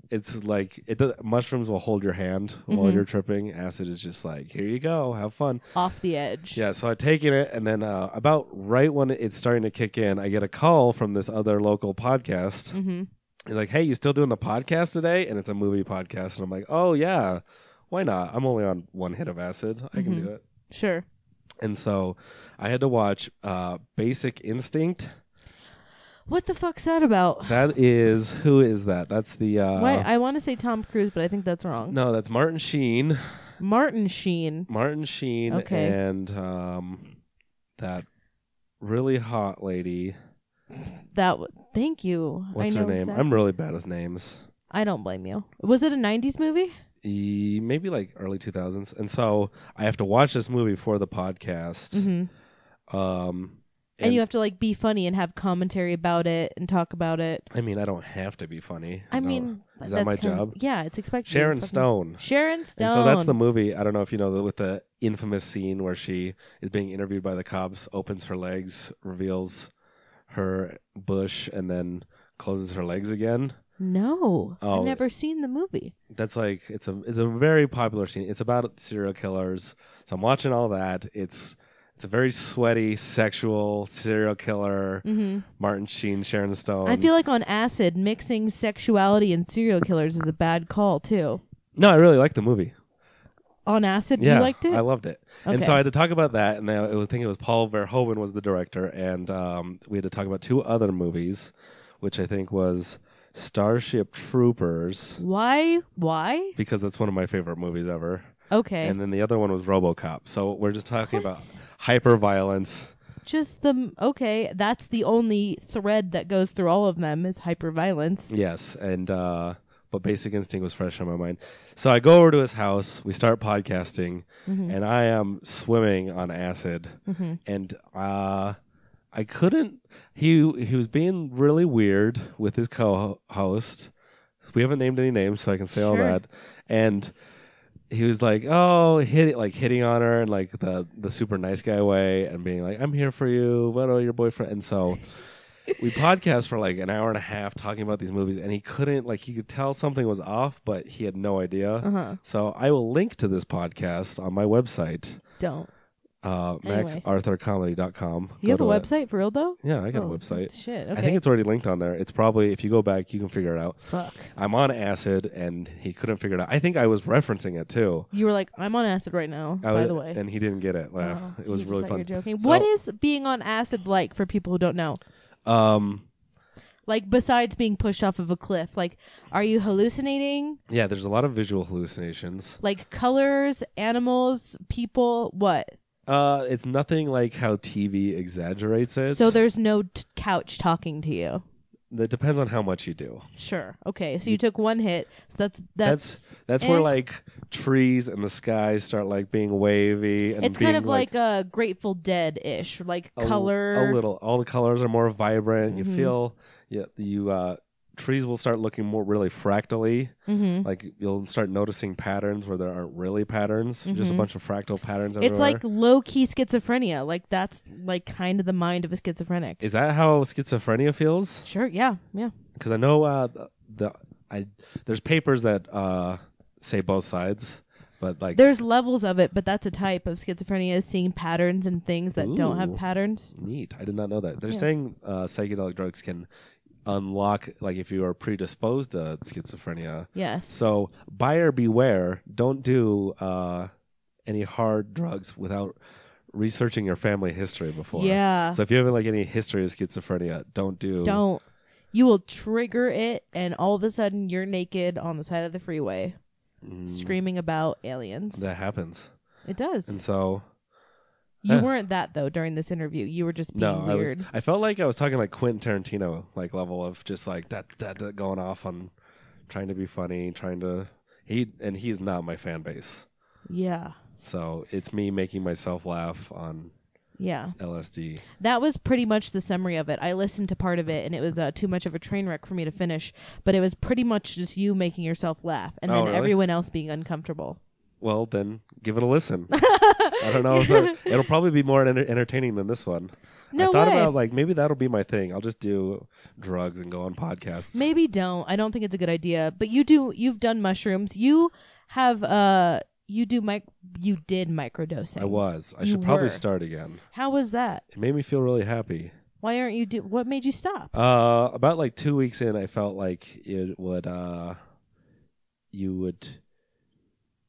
B: it's like it does, mushrooms will hold your hand while
C: Mhm.
B: you're tripping. Acid is just like here you go, have fun.
C: Off the edge.
B: Yeah, so I taken it, and then uh, about right when it's starting to kick in, I get a call from this other local podcast.
C: Mm-hmm.
B: He's like, "Hey, you still doing the podcast today?" And it's a movie podcast, and I'm like, "Oh yeah, why not? I'm only on one hit of acid. I can
C: Mhm.
B: do it."
C: Sure.
B: And so I had to watch uh, Basic Instinct.
C: What the fuck's that about?
B: That is who is that? That's the uh,
C: Why I want to say Tom Cruise, but I think that's wrong.
B: no, that's Martin Sheen.
C: Martin Sheen.
B: Martin Sheen
C: Okay.
B: and um, that really hot lady.
C: That. W- thank you.
B: What's
C: I
B: her
C: know
B: name?
C: exact-
B: I'm really bad with names.
C: I don't blame you. Was it a '90s movie?
B: E- maybe like early 2000s. And so I have to watch this movie for the podcast.
C: Mm-hmm.
B: Um,
C: and, you have to like be funny and have commentary about it and talk about it.
B: I mean, I don't have to be funny.
C: I
B: don't-
C: mean,
B: Is that
C: that's
B: my
C: kind
B: job?
C: yeah, it's expected. You're
B: Sharon
C: fucking-
B: Stone.
C: Sharon Stone.
B: And so that's the movie. I don't know if you know that with the infamous scene where she is being interviewed by the cops, opens her legs, reveals her bush, and then closes her legs again.
C: no,
B: Oh.
C: I've never seen the movie.
B: that's like it's a it's a very popular scene. It's about serial killers. So I'm watching all that. It's it's a very sweaty, sexual serial killer.
C: hmm
B: Martin Sheen, Sharon Stone.
C: I feel like on acid, mixing sexuality and serial killers is a bad call too.
B: no, I really liked the movie.
C: On acid,
B: Yeah,
C: you liked it.
B: I loved it. And
C: Okay.
B: so I had to talk about that. And I, I would think it was Paul Verhoeven was the director, and um, we had to talk about two other movies, which I think was Starship Troopers
C: Why? Why?
B: because that's one of my favorite movies ever.
C: Okay.
B: And then the other one was RoboCop. So we're just talking about
C: What?
B: hyper violence.
C: Just the okay. That's the only thread that goes through all of them is hyperviolence.
B: Yes, and uh but Basic Instinct was fresh on my mind. So I go over to his house, we start podcasting,
C: Mhm.
B: Mm-hmm.
C: Mm-hmm.
B: and I am swimming on acid
C: Mhm.
B: and uh I couldn't. He he was being really weird with his co-host. We haven't named any names, so I can say all
C: Sure.
B: that. And he was like, "Oh, hit like hitting on her in like the the super nice guy way, and being like, "I'm here for you, what are your boyfriend?" And so. We podcast for like an hour and a half talking about these movies, and he couldn't like he could tell something was off, but he had no idea.
C: Uh huh.
B: So I will link to this podcast on my website,
C: Don't.
B: uh,
C: Anyway.
B: macarthurcomedy.com.
C: You
B: Go
C: have a
B: to it.
C: website for real though?
B: Yeah, I got
C: Oh,
B: a website.
C: Shit. Okay.
B: I think it's already linked on there. It's probably, if you go back, you can figure it out.
C: fuck.
B: I'm on acid and he couldn't figure it out. I think I was referencing it too.
C: You were like, I'm on acid right now.
B: I
C: by
B: was-
C: the way.
B: And he didn't get it. Like,
C: Oh,
B: it was
C: you just
B: really
C: thought
B: fun.
C: You were joking.
B: So-
C: what is being on acid like for people who don't know?
B: Um,
C: Like besides being pushed off of a cliff, like are you hallucinating?
B: yeah, there's a lot of visual hallucinations.
C: Like colors, animals, people, what?
B: Uh, it's nothing like how TV exaggerates it.
C: so there's no t- couch talking to you.
B: that depends on how much you do.
C: Sure. Okay. So you took one hit. So that's that's.
B: That's that's where
C: eh.
B: like trees and the sky start like being wavy and
C: it's
B: being
C: kind of like, uh, Grateful Dead ish, like
B: a-
C: color.
B: a little all the colors are more vibrant
C: Mhm.
B: you feel you, you uh trees will start looking more really fractally
C: hmm
B: like you'll start noticing patterns where there aren't really patterns just a
C: Mhm.
B: bunch of fractal patterns everywhere.
C: It's like low key schizophrenia. Like that's like kind of the mind of a schizophrenic.
B: is that how schizophrenia feels
C: sure. Yeah. Yeah.
B: because i know uh the, the i there's papers that uh say both sides but like
C: There's levels of it, but that's a type of schizophrenia is seeing patterns and things that don't have
B: Ooh.
C: patterns.
B: Neat. I did not know that. They're
C: Yeah.
B: saying uh, psychedelic drugs can unlock, like, if you are predisposed to schizophrenia.
C: Yes.
B: So, buyer beware. Don't do uh, any hard drugs without researching your family history before.
C: yeah.
B: So, if you have like any history of schizophrenia, don't do.
C: don't. You will trigger it, and all of a sudden you're naked on the side of the freeway,
B: Mm,
C: screaming about aliens.
B: That happens.
C: It does.
B: And so,
C: You
B: Eh.
C: weren't that though during this interview. You were just being
B: no, I was.
C: weird.
B: I felt like I was talking like Quentin Tarantino, like level of just like that, that, that going off on trying to be funny, trying to. He and he's not my fan base.
C: Yeah.
B: So it's me making myself laugh on
C: Yeah.
B: LSD.
C: That was pretty much the summary of it. I listened to part of it and it was uh, too much of a train wreck for me to finish, but it was pretty much just you making yourself laugh and
B: Oh,
C: then
B: really?
C: everyone else being uncomfortable.
B: Well, then give it a listen. I don't know. If that, it'll probably be more enter- entertaining than this one.
C: No
B: I thought
C: way.
B: about like maybe that'll be my thing. I'll just do drugs and go on podcasts.
C: Maybe don't. I don't think it's a good idea, but you do you've done mushrooms. You have uh you do mic you did microdosing.
B: I was. I
C: You
B: should probably
C: were.
B: start again.
C: How was that?
B: It made me feel really happy.
C: Why aren't you do what made you stop?
B: Uh, about like two weeks in, I felt like it would. Uh, you would.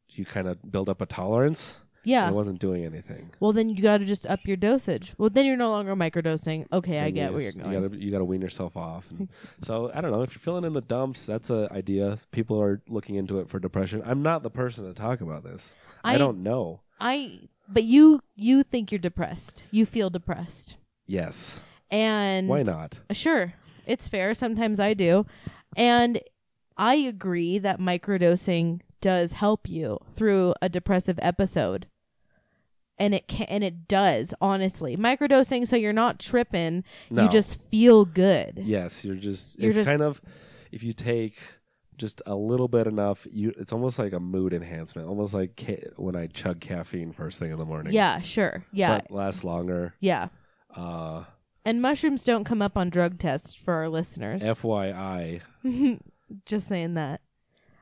B: You kind of build up a tolerance. and
C: yeah.
B: I wasn't doing anything.
C: Well, then you got to just up your dosage. Well, then you're no longer microdosing. Okay, I
B: And
C: get
B: you,
C: where you're going.
B: You gotta, you gotta wean yourself off. And so I don't know if you're feeling in the dumps. That's a idea. People are looking into it for depression. I'm not the person to talk about this. I,
C: I-
B: don't know.
C: I, but you, you think you're depressed. You feel depressed,
B: Yes.
C: and
B: Why not?
C: Sure, it's fair. Sometimes I do, and I agree that microdosing does help you through a depressive episode. And it can, and it does honestly. Microdosing, so you're not tripping.
B: No.
C: You just feel good.
B: Yes, you're just.
C: You're
B: it's
C: just-
B: kind of if you take just a little bit enough. You. It's almost like a mood enhancement. Almost like ca- when I chug caffeine first thing in the morning.
C: Yeah, sure. Yeah,
B: But lasts longer.
C: yeah.
B: Uh,
C: And mushrooms don't come up on drug tests for our listeners.
B: FYI.
C: Just saying that.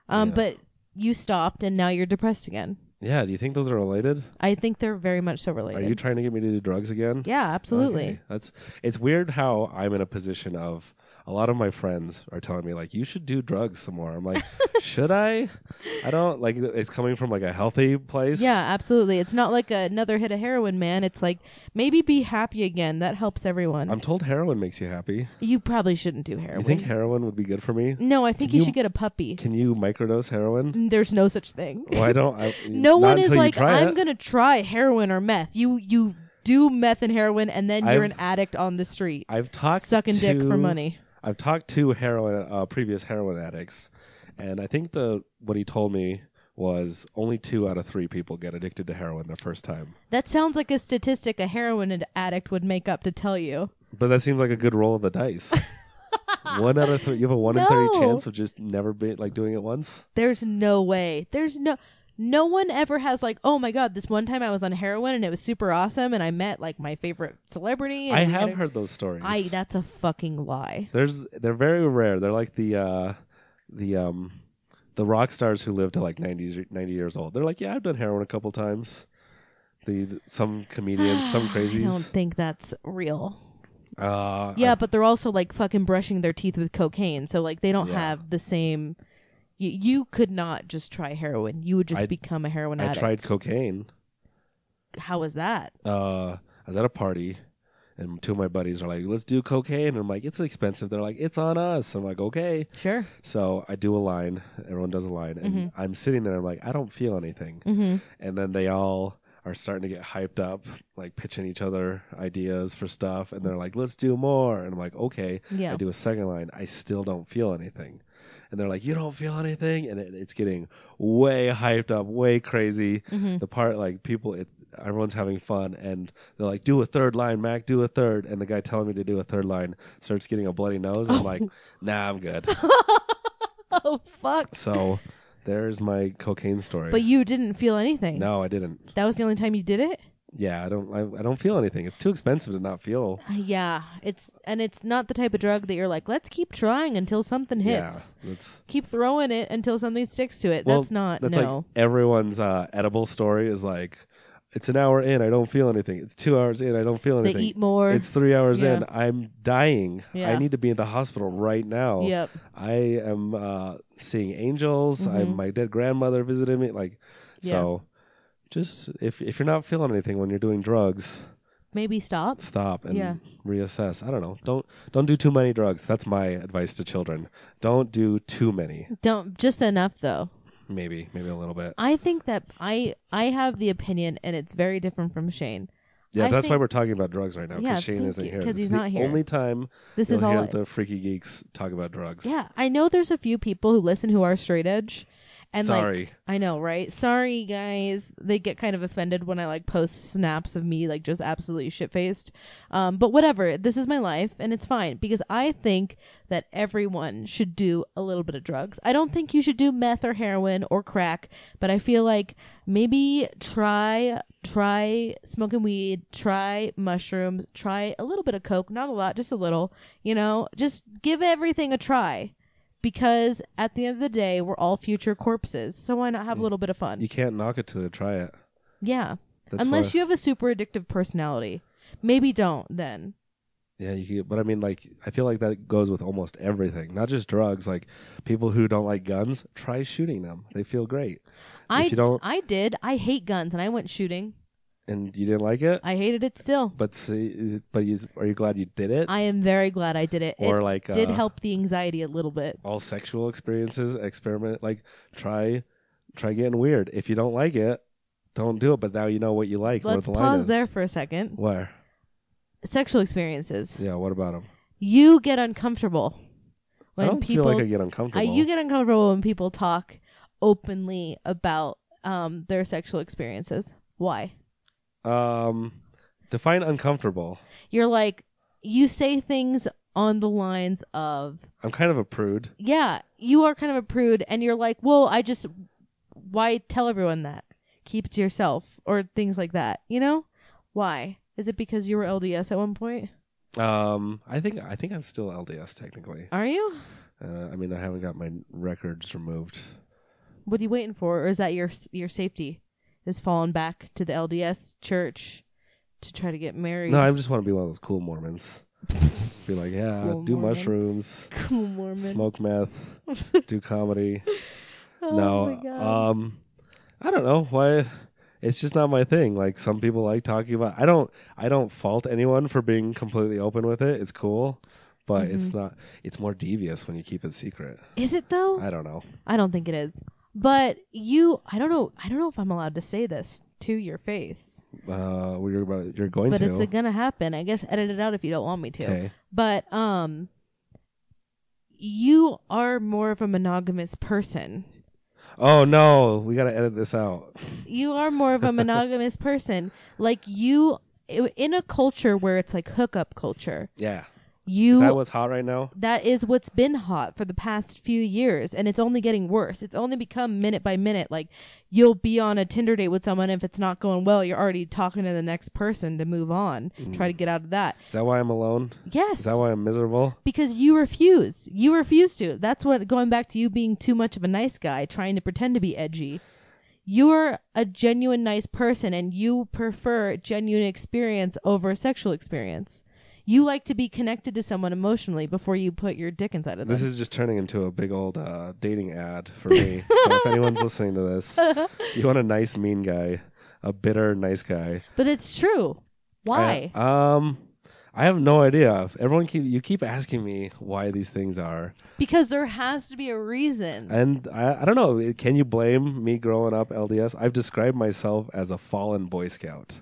C: Um,
B: Yeah.
C: but you stopped and now you're depressed again.
B: Yeah. Do you think those are related?
C: I think they're very much so
B: Are
C: related.
B: you trying to get me to do drugs again?
C: yeah, absolutely.
B: Okay. That's it's weird how I'm in a position of a lot of my friends are telling me like you should do drugs some more. I'm like, should I? I don't like it's coming from like a healthy place.
C: Yeah, absolutely. It's not like another hit of heroin, man. It's like maybe be happy again. That helps everyone.
B: I'm told heroin makes you happy.
C: you probably shouldn't do heroin.
B: Um, You think heroin would be good for me?
C: no, I think
B: Can
C: you,
B: you-
C: should get a puppy.
B: Can you microdose heroin?
C: There's no such thing.
B: Why don't I
C: no
B: not
C: one is
B: until you
C: like
B: try
C: I'm
B: it.
C: going to try heroin or meth. You you do meth and heroin and then you're
B: I've-
C: an addict on the street
B: I've talked
C: sucking dick for
B: to-
C: money.
B: I've talked to heroin uh, previous heroin addicts, and I think the what he told me was only two out of three people get addicted to heroin their first time.
C: That sounds like a statistic a heroin ad- addict would make up to tell you.
B: But that seems like a good roll of the dice. one out of three. You have a one in
C: No.
B: thirty chance of just never be like doing it once.
C: There's no way. There's no no one ever has like, oh my god, this one time I was on heroin and it was super awesome and I met like my favorite celebrity. And
B: I
C: we
B: have
C: had a-
B: heard those stories.
C: I that's a fucking lie.
B: There's they're very rare. They're like the uh the um the rock stars who live to like 90, 90 years old. They're like, yeah, I've done heroin a couple times. The, the- some comedians, some
C: I don't
B: crazies.
C: think that's real.
B: Uh,
C: Yeah, but they're also like fucking brushing their teeth with cocaine, so like they don't
B: Yeah.
C: have the same. You, you could not just try heroin. You would just
B: I-
C: become a heroin
B: I, I
C: addict.
B: tried cocaine.
C: How was that?
B: uh, I was at a party, and two of my buddies are like, "Let's do cocaine." And I'm like, "It's expensive." They're like, "It's on us." I'm like, "Okay."
C: Sure.
B: So I do a line. Everyone does a line, and I'm sitting there. I'm like, "I don't feel anything."
C: Mm-hmm.
B: And then they all are starting to get hyped up, like pitching each other ideas for stuff, and they're like, "Let's do more." And I'm like, "Okay."
C: Yeah.
B: I do a second line. I still don't feel anything. And they're like, you don't feel anything, and it, it's getting way hyped up, way crazy
C: Mm-hmm.
B: the part like people it everyone's having fun and they're like do a third line mac do a third and the guy telling me to do a third line starts getting a bloody nose and i'm like nah i'm good
C: Oh fuck!
B: so there's my cocaine story
C: But you didn't feel anything.
B: no i didn't
C: That was the only time you did it.
B: yeah i don't I, I don't feel anything it's too expensive to not feel
C: Uh, Yeah, it's and it's not the type of drug that you're like, let's keep trying until something hits.
B: yeah that's
C: Keep throwing it until something sticks to it.
B: well,
C: that's not
B: that's
C: no.
B: like everyone's uh edible story is like it's an hour in i don't feel anything it's two hours in i don't feel
C: they
B: anything
C: eat more.
B: it's three hours
C: Yeah.
B: in i'm dying i
C: Yeah.
B: need to be in the hospital right now
C: yep.
B: I am uh, seeing angels.
C: Mhm.
B: I'm, my dead grandmother visited me. Like, so just if if you're not feeling anything when you're doing drugs,
C: Maybe stop.
B: stop and
C: Yeah.
B: reassess. I don't know. Don't don't do too many drugs. That's my advice to children. Don't do too many.
C: Don't just enough though.
B: Maybe maybe a little bit.
C: I think that I I have the opinion, and it's very different from Shane.
B: Yeah,
C: I
B: that's why
C: think-
B: we're talking about drugs right now
C: Yeah,
B: because Shane
C: thank
B: isn't
C: you,
B: here.
C: 'cause
B: This
C: he's
B: is the
C: not here.
B: Only time
C: This
B: you'll
C: is all.
B: hear the freaky geeks talk about drugs.
C: yeah, I know there's a few people who listen who are straight edge, and like
B: Sorry.
C: I know, right? Sorry, guys. They get kind of offended when I like post snaps of me like just absolutely shit faced. Um, but whatever. This is my life, and it's fine because I think that everyone should do a little bit of drugs. I don't think you should do meth or heroin or crack, but I feel like maybe try try smoking weed, try mushrooms, try a little bit of coke, not a lot, just a little. You know, just give everything a try because at the end of the day, we're all future corpses. So why not have a little bit of fun?
B: Mm. You can't knock it till you try it.
C: yeah.
B: That's
C: Unless
B: why-
C: you have a super addictive personality. Maybe don't then.
B: Yeah, you could, but I mean, like, I feel like that goes with almost everything, not just drugs. Like, people who don't like guns, try shooting them. They feel great.
C: I,
B: if you don't,
C: I did. I hate guns and I went shooting.
B: and you didn't like it,
C: I hated it still.
B: but see, but you, are you glad you did it?
C: I am very glad I did it.
B: or
C: it
B: like,
C: did
B: uh,
C: help the anxiety a little bit.
B: all sexual experiences, experiment, like, try, try getting weird. If you don't like it, don't do it. But now you know what you like. what
C: Let's
B: the line
C: pause
B: is.
C: there for a second.
B: Where?
C: Sexual experiences.
B: Yeah. What about them?
C: You get uncomfortable when
B: I don't
C: people
B: feel like I get uncomfortable.
C: Uh, you get uncomfortable when people talk openly about um, their sexual experiences. Why?
B: um, define uncomfortable.
C: You're like, you say things on the lines of,
B: I'm kind of a prude.
C: yeah, you are kind of a prude, and you're like, well, I just, why tell everyone that? Keep it to yourself, or things like that, you know? Why? Is it because you were LDS at one point?
B: Um, I think I think I'm still LDS technically.
C: Are you?
B: Uh, I mean, I haven't got my records removed.
C: What are you waiting for? Or is that your your safety? Is falling back to the LDS church to try to get married?
B: No, I just want to be one of those cool Mormons. be like, yeah,
C: Cool
B: do
C: Mormon.
B: mushrooms,
C: Cool Mormon.
B: smoke meth, do comedy.
C: Oh my
B: no,
C: God.
B: um, I don't know why. It's just not my thing. Like some people like talking about. I don't. I don't fault anyone for being completely open with it. It's cool, but
C: Mm-hmm.
B: it's not. It's more devious when you keep it secret.
C: is it though?
B: I don't know.
C: I don't think it is. But you, I don't know. I don't know if I'm allowed to say this to your face,
B: Uh, well, you're about. You're going
C: but
B: to.
C: it's a, gonna happen. I guess edit it out if you don't want me to.
B: okay.
C: But um, you are more of a monogamous person.
B: Oh no, we gotta edit this out.
C: you are more of a monogamous person. Like you in a culture where it's like hookup culture.
B: Yeah,
C: You
B: is that what's hot right now?
C: that is what's been hot for the past few years and it's only getting worse it's only become minute by minute like you'll be on a tinder date with someone if it's not going well you're already talking to the next person to move on try to get out of that
B: Is that why I'm alone? Mm. Is
C: yes
B: that why I'm miserable?
C: because you refuse you refuse to that's what going back to you being too much of a nice guy trying to pretend to be edgy you're a genuine nice person and you prefer genuine experience over sexual experience you like to be connected to someone emotionally before you put your dick inside of them.
B: This is just turning into a big old uh, dating ad for me. so if anyone's listening to this, you want a nice mean guy, a bitter nice guy.
C: But it's true. Why?
B: I, um, I have no idea. Everyone keep you keep asking me why these things are,
C: because there has to be a reason.
B: and I, I don't know. Can you blame me growing up LDS? I've described myself as a fallen Boy Scout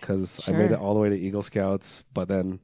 B: because I made
C: Sure.
B: it all the way to Eagle Scouts, but then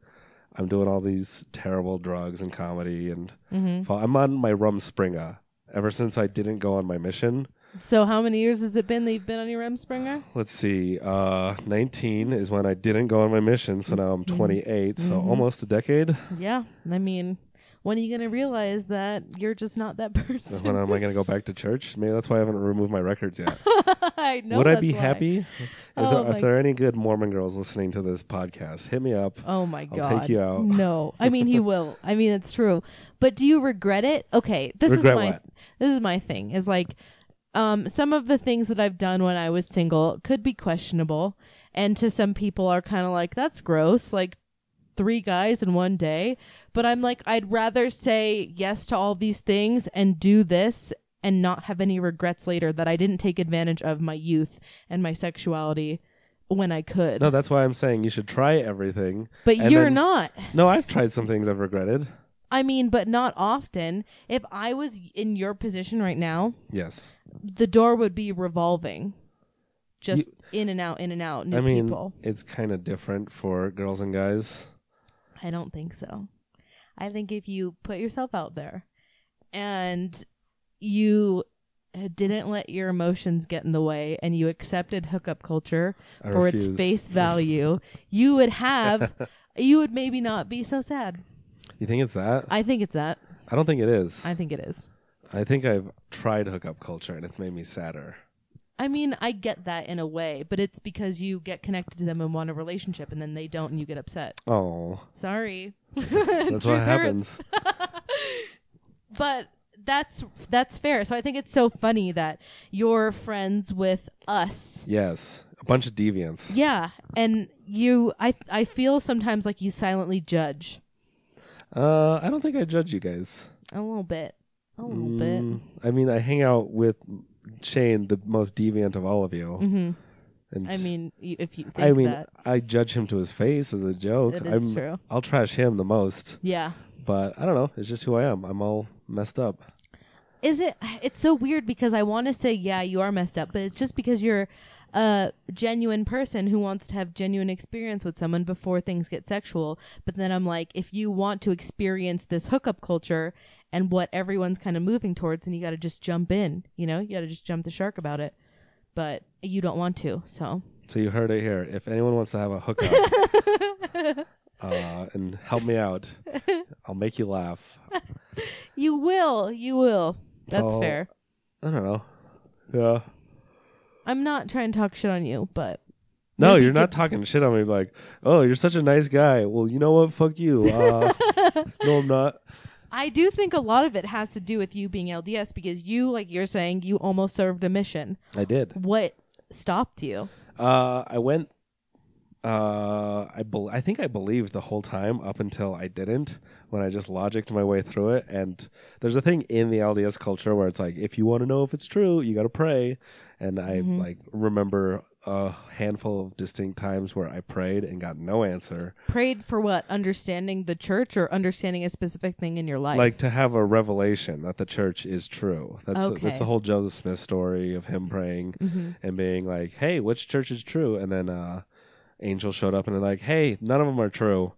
B: I'm doing all these terrible drugs and comedy, and
C: hmm
B: fall- I'm on my rum springa. Ever since I didn't go on my mission,
C: So how many years has it been that you've been on your REM Springer?
B: let's see, uh, 19 is when I didn't go on my mission, so now I'm 28, so
C: Mhm.
B: almost a decade.
C: Yeah. I mean, when are you going to realize that you're just not that
B: So when
C: person?
B: am I going to go back to church? Maybe that's why I haven't removed my records yet.
C: I know.
B: Would I
C: that's
B: be
C: why.
B: happy? If,
C: Oh
B: there, if
C: my-
B: there are any good Mormon girls listening to this podcast, hit me up.
C: Oh my
B: I'll
C: god.
B: take you out.
C: No. I mean he will. I mean it's true. But do you regret it? Okay. This
B: Regret
C: is my
B: what?
C: this is my thing. Is like um some of the things that I've done when I was single could be questionable and to some people are kind of like that's gross like three guys in one day, but I'm like I'd rather say yes to all these things and do this and not have any regrets later that I didn't take advantage of my youth and my sexuality when I could.
B: No, that's why I'm saying you should try everything.
C: but
B: and
C: you're
B: then-
C: not.
B: No, I've tried some things I've regretted.
C: I mean, but not often. If I was in your position right now,
B: Yes.
C: the door would be revolving, just in and out, in and out, new
B: I mean,
C: people.
B: it's kind of different for girls and guys.
C: I don't think so. I think if you put yourself out there and you didn't let your emotions get in the way and you accepted hookup culture
B: I
C: for
B: refuse.
C: its face value, you would have, you would maybe not be so sad.
B: You think it's that? I,
C: I think it's that.
B: don't think it is.
C: I think it is.
B: I think I've tried hookup culture and it's made me sadder.
C: I mean, I get that in a way, but it's because you get connected to them and want a relationship, and then they don't, and you get upset.
B: Oh,
C: Sorry,
B: that's what happens.
C: But that's that's fair. So I think it's so funny that you're friends with us.
B: Yes, a bunch of deviants.
C: Yeah, and you, I, I feel sometimes like you silently judge
B: Uh, I don't think I judge you guys.
C: a little bit, a little
B: Mm, I mean, I hang out with Shane, the most deviant of all of you.
C: bit. hmm
B: And
C: I mean, y- if you, think
B: I mean,
C: that,
B: I judge him to his face as a joke.
C: That is
B: I'm,
C: true.
B: I'll trash him the most,
C: yeah.
B: but I don't know. It's just who I am. I'm all messed up.
C: is it it's so weird because i want to say yeah you are messed up but it's just because you're a genuine person who wants to have genuine experience with someone before things get sexual but then i'm like if you want to experience this hookup culture and what everyone's kind of moving towards then you got to just jump in you know you got to just jump the shark about it but you don't want to so
B: So you heard it here. If anyone wants to have a hookup uh, and help me out, I'll make you laugh.
C: you will you will that's
B: So-
C: fair
B: I don't know. Yeah.
C: i'm not trying to talk shit on you but
B: No,
C: Maybe
B: you're
C: you
B: not talking shit on me. Like, oh, you're such a nice guy. Well, you know what? Fuck you. Uh, no, I'm not.
C: I do think a lot of it has to do with you being LDS because you, like you're saying, you almost served a mission.
B: I did.
C: What stopped you?
B: Uh, I went. Uh, I bel I think I believed the whole time up until I didn't. When I just logicked my way through it, and there's a thing in the LDS culture where it's like, if you want to know if it's true, you got to pray. And I
C: Mhm.
B: like remember a handful of distinct times where I prayed and got no answer.
C: Prayed for what? Understanding the church or understanding a specific thing in your life?
B: Like to have a revelation that the church is true. That's the,
C: Okay.
B: that's the whole Joseph Smith story of him praying
C: hmm
B: and being like, "Hey, which church is true?" And then uh, Angel showed up and they're like, "Hey, none of them are true.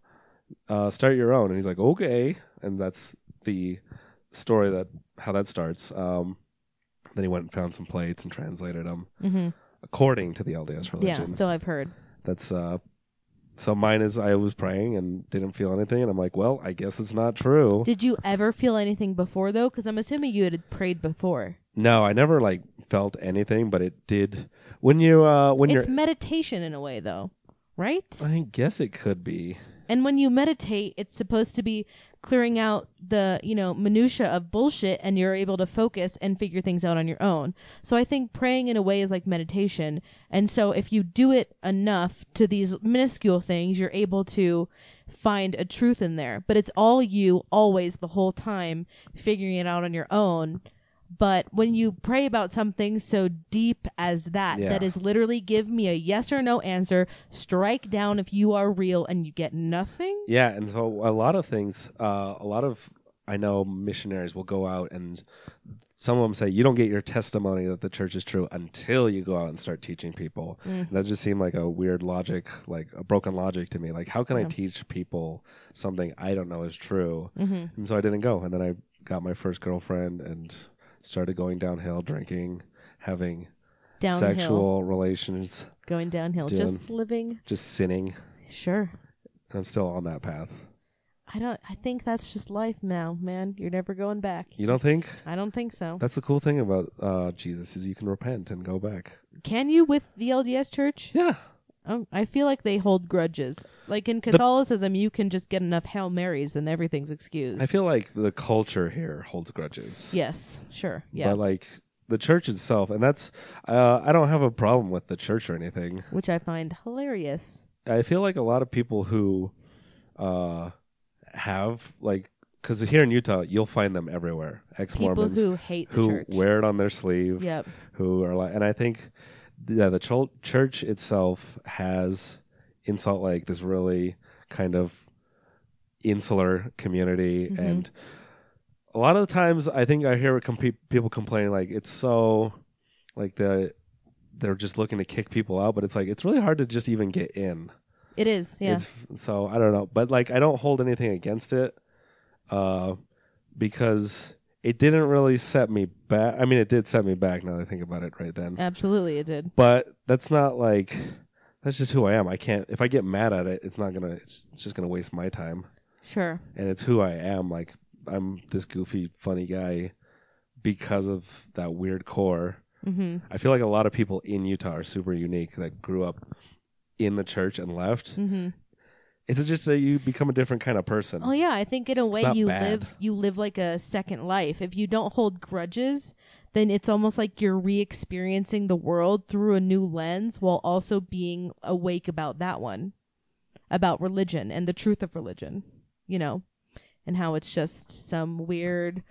B: Uh, start your own." And he's like, "Okay." And that's the story that how that starts. Um, Then he went and found some plates and translated them
C: hmm
B: according to the LDS religion.
C: Yeah, so I've heard.
B: That's uh so mine is I was praying and didn't feel anything and I'm like, well, I guess it's not true.
C: Did you ever feel anything before though? Because I'm assuming you had prayed before.
B: no, I never like felt anything, but it did when you uh when
C: it's
B: you're
C: meditation in a way though, right?
B: I guess it could be.
C: And when you meditate, it's supposed to be clearing out the, you know, minutia of bullshit and you're able to focus and figure things out on your own. So I think praying in a way is like meditation. And so if you do it enough to these minuscule things, you're able to find a truth in there. But it's all you always the whole time figuring it out on your own. But when you pray about something so deep as that,
B: Yeah.
C: that is literally give me a yes or no answer, strike down if you are real and you get nothing.
B: Yeah, and so a lot of things, uh, a lot of I know missionaries will go out and some of them say you don't get your testimony that the church is true until you go out and start teaching people.
C: Mm.
B: And that just seemed like a weird logic, like a broken logic to me. Like how can I
C: Yeah.
B: teach people something I don't know is true?
C: Mm-hmm.
B: And so I didn't go. And then I got my first girlfriend and started going downhill, drinking, having
C: Downhill.
B: sexual relations,
C: Going downhill.
B: Dylan.
C: Just living.
B: just sinning.
C: Sure.
B: And I'm still on that path.
C: I don't. I think that's just life now, man. You're never going back.
B: You don't think?
C: I don't think so.
B: That's the cool thing about uh, Jesus is you can repent and go back.
C: Can you with the LDS Church?
B: Yeah.
C: Um, I feel like they hold grudges. Like in Catholicism, you can just get enough Hail Marys and everything's excused.
B: I feel like the culture here holds grudges.
C: Yes. Sure. Yeah.
B: But like the church itself, and that's uh, I don't have a problem with the church or anything.
C: Which I find hilarious.
B: I feel like a lot of people who uh, have like because here in Utah you'll find them everywhere. Ex
C: People
B: Mormons
C: who hate the church.
B: wear it on their sleeve.
C: Yep.
B: who are like, and I think, yeah, the chul- church itself has in Salt Lake this really kind of insular community,
C: Mhm.
B: and a lot of the times I think I hear com- people complaining like it's so like the they're just looking to kick people out, but it's like it's really hard to just even get in.
C: It is. Yeah.
B: It's, so I don't know, but like I don't hold anything against it, uh, because it didn't really set me back. I mean, it did set me back now that I think about it. Right then,
C: Absolutely, it did.
B: but that's not like that's just who I am. I can't if I get mad at it, it's not gonna. It's just gonna waste my time,
C: Sure.
B: and it's who I am. Like I'm this goofy, funny guy because of that weird core.
C: Mm-hmm.
B: I feel like a lot of people in Utah are super unique that grew up in the church and left.
C: Mm-hmm.
B: It's just that you become a different kind of person.
C: Oh yeah, I think in a way
B: not
C: you
B: bad.
C: live you live like a second life. If you don't hold grudges, then it's almost like you're re-experiencing the world through a new lens while also being awake about that one, about religion and the truth of religion, you know, and how it's just some weird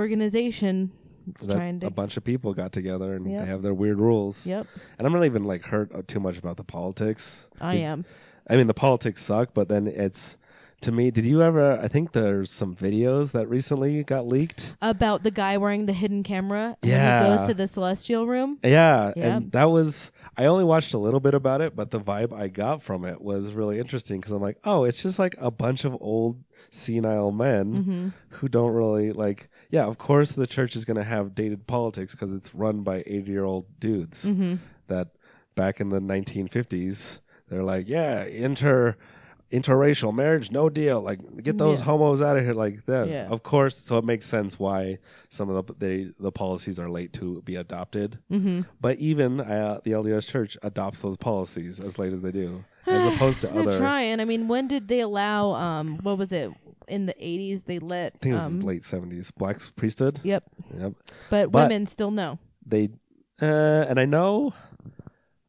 C: organization that's
B: that
C: trying to.
B: a bunch of people got together and
C: Yep.
B: they have their weird rules.
C: Yep,
B: And I'm not even like hurt uh, too much about the politics.
C: I
B: Did-
C: am.
B: I mean, the politics suck, but then it's to me. Did you ever? I think there's some videos that recently got leaked.
C: About the guy wearing the hidden camera. and When
B: Yeah.
C: he goes to the celestial room.
B: Yeah,
C: Yep.
B: and that was. I only watched a little bit about it, but the vibe I got from it was really interesting because I'm like, oh, it's just like a bunch of old senile men
C: Mm-hmm.
B: who don't really like. Yeah, of course the church is going to have dated politics because it's run by 80 year old dudes.
C: Mm-hmm.
B: that back in the 1950s they're like yeah inter interracial marriage no deal like get those
C: Mm, Yeah.
B: homos out of here like that
C: Yeah.
B: of course so it makes sense why some of the they, the policies are late to be adopted
C: Mm-hmm.
B: but even uh, the LDS church adopts those policies as late as they do as opposed to
C: They're
B: other I
C: trying. I mean, when did they allow? Um, what was it in the eighties? They let.
B: think it was
C: um,
B: late 70s blacks priesthood
C: Yep,
B: yep
C: but,
B: But-
C: women still no.
B: they uh, and I know